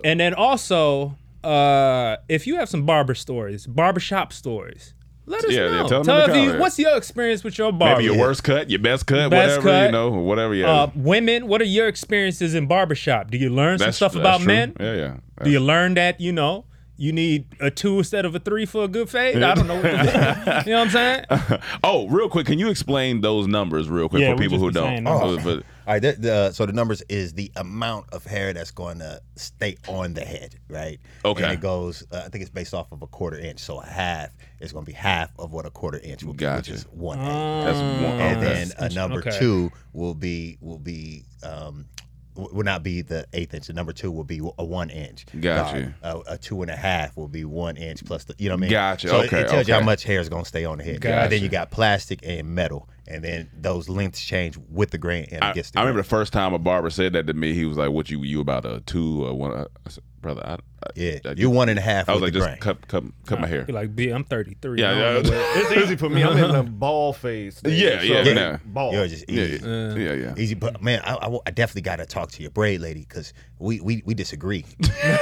S9: And then also, uh, if you have some barber stories, barbershop stories, let us
S8: Yeah, yeah,
S9: know.
S8: tell them in the
S9: if you,
S8: comments.
S9: what's your experience with your barber?
S8: Maybe your worst cut, your best cut,
S9: Oh, Best
S8: whatever you
S9: cut.
S8: know, whatever. Yeah,
S9: Uh, women, what are your experiences in barbershop? Do you learn some
S8: That's-
S9: stuff
S8: that's
S9: about
S8: true.
S9: men?
S8: Yeah, yeah.
S9: Do you learn that, you know, you need a two instead of a three for a good fade? I don't know.
S8: <laughs>
S9: What to do. you know what I'm saying?
S8: oh, real quick, can you explain those numbers real quick
S9: Yeah,
S8: for
S9: we
S8: people
S9: just
S8: who
S9: been saying
S8: don't?
S9: numbers.
S8: Oh, but-
S11: All right, the, the, so the numbers is the amount of hair that's going to stay on the head, right?
S8: Okay.
S11: And it goes, uh, I think it's based off of a quarter inch. So a half is going to be half of what a quarter inch will
S8: Gotcha.
S11: be, which is one
S8: <laughs>
S11: head.
S8: That's one-
S11: And
S8: Oh, okay.
S11: then a number
S9: Okay.
S11: two will be, will be, um, w- will not be the eighth inch. The number two will be a one inch.
S8: Gotcha.
S11: Uh, a, a two and a half will be one inch plus the, you know what I mean?
S8: Gotcha.
S11: So it-
S8: Okay,
S11: it, tells you how
S8: okay.
S11: much hair is going to stay on the head.
S8: Gotcha.
S11: And then you got plastic and metal. And then those lengths change with the grain and
S8: I,
S11: against the
S8: I
S11: grain.
S8: remember the first time a barber said that to me. He was like, "What you you about a two or one?" I said, Brother, I, I,
S11: Yeah,
S8: I-
S11: you're one and a half.
S8: I was like,
S11: with the
S8: "Just
S11: grain.
S8: cut cut cut my hair."
S9: You're like, B, I'm 33.
S8: Yeah,
S9: I don't
S8: yeah. <laughs>
S9: know what-
S10: It's easy for me. I'm in the ball phase. stage,
S8: Yeah,
S10: so
S8: yeah,
S10: I'm
S8: nah.
S10: Ball.
S11: Yo, just
S8: Yeah,
S11: easy,
S10: Uh,
S8: yeah, yeah, yeah.
S11: easy. But man, I, I, I definitely got to talk to your braid lady because we, we we disagree.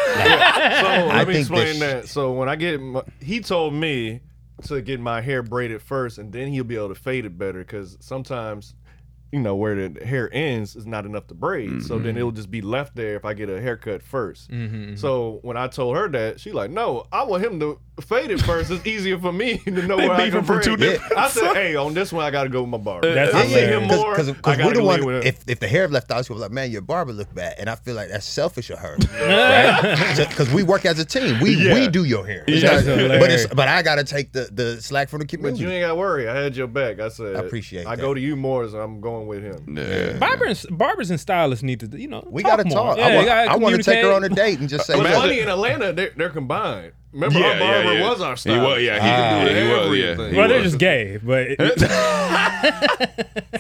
S10: So let
S11: I
S10: me
S11: think
S10: explain
S11: that
S10: that. So when I get, my, he told me to get my hair braided first, and then he'll be able to fade it better. Because sometimes, you know, where the hair ends is not enough to braid. So then it'll just be left there if I get a haircut 1st
S9: Mm-hmm.
S10: So when I told her that, she like, no, I want him to fade it first. It's easier for me <laughs> to know
S8: They
S10: where I
S8: beefing
S10: can
S8: for
S10: braid.
S8: two different-
S10: I said, hey, on this one I got to go with my barber.
S9: That's
S10: I see him
S9: hilarious.
S10: more.
S11: Because
S10: I
S11: we're
S10: gotta
S11: the
S10: go
S11: one.
S10: lean with him.
S11: If, if the hair left out, she was like, "Man, your barber look bad," and I feel like that's selfish of her. Because we work as a team. We we do your hair. It's
S9: That's
S11: not-
S9: hilarious.
S11: but it's, but I gotta take the, the slack from the
S10: But you
S11: community.
S10: ain't got to worry. I had your back. I said,
S11: I appreciate
S10: I
S11: that.
S10: go to you more as I'm going wrong with him.
S9: Barbers, barbers and stylists need to, you know,
S10: We
S9: talk
S10: gotta
S9: more.
S10: talk. I
S9: Yeah,
S10: want-
S9: you gotta
S10: I wanna take her
S9: communicate.
S10: on a date
S11: and just
S10: But funny in Atlanta, they're, they're combined. Remember,
S8: Yeah,
S10: our barber
S8: yeah, yeah.
S10: was our
S8: He
S10: stylist.
S8: wa- yeah, he- Ah. yeah, he was, yeah.
S10: Everything.
S8: He Well, they're was.
S9: just gay,
S8: <laughs>
S9: <laughs> but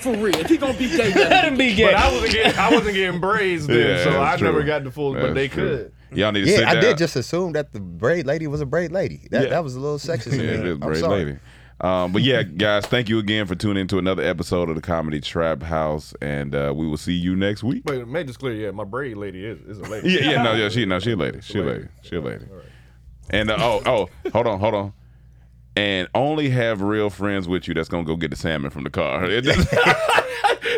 S10: for real. He gonna be gay.
S9: Let him be gay.
S10: But I wasn't getting, I wasn't getting braids then,
S8: Yeah,
S10: so I
S8: that's
S10: never
S8: true.
S10: got the full.
S8: That's
S10: but they
S8: true.
S10: could.
S8: Y'all need to
S11: yeah,
S8: sit
S11: I
S8: down.
S11: did just assume that the braid lady was a braid lady. That
S8: Yeah.
S11: that was a little sexist.
S8: Yeah,
S11: in
S8: it
S11: there.
S8: is
S11: I'm
S8: great
S11: sorry.
S8: lady. Um, but yeah, guys, thank you again for tuning into another episode of the Comedy Trap House, and uh, we will see you next week.
S10: But make this clear, yeah, my braid lady is is a lady.
S8: Yeah, yeah,
S10: <laughs>
S8: no, yeah, she, no, she a lady, she a lady, she a lady. And uh, oh, oh, hold on, hold on. And only have real friends with you that's gonna go get the salmon from the car. <laughs> If they-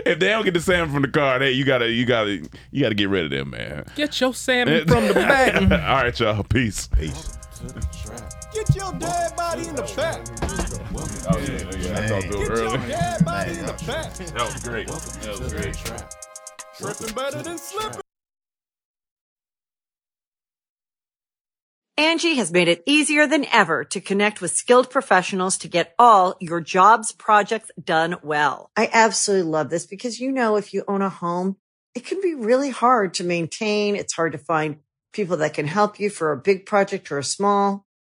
S8: if they don't get the salmon from the car, they you gotta, you gotta, you gotta get rid of them, man.
S9: Get your salmon from the
S8: <laughs>
S9: back.
S8: All right, y'all. Peace. Peace.
S4: Get your dead body in the back.
S8: Oh, yeah, yeah, I talked to her earlier.
S4: Dead body in the back.
S8: That was great. That was great.
S4: Tripping better than slipping.
S13: Angie has made it easier than ever to connect with skilled professionals to get all your jobs projects done well. I absolutely love this because, you know, if you own a home, it can be really hard to maintain. It's hard to find people that can help you for a big project or a small.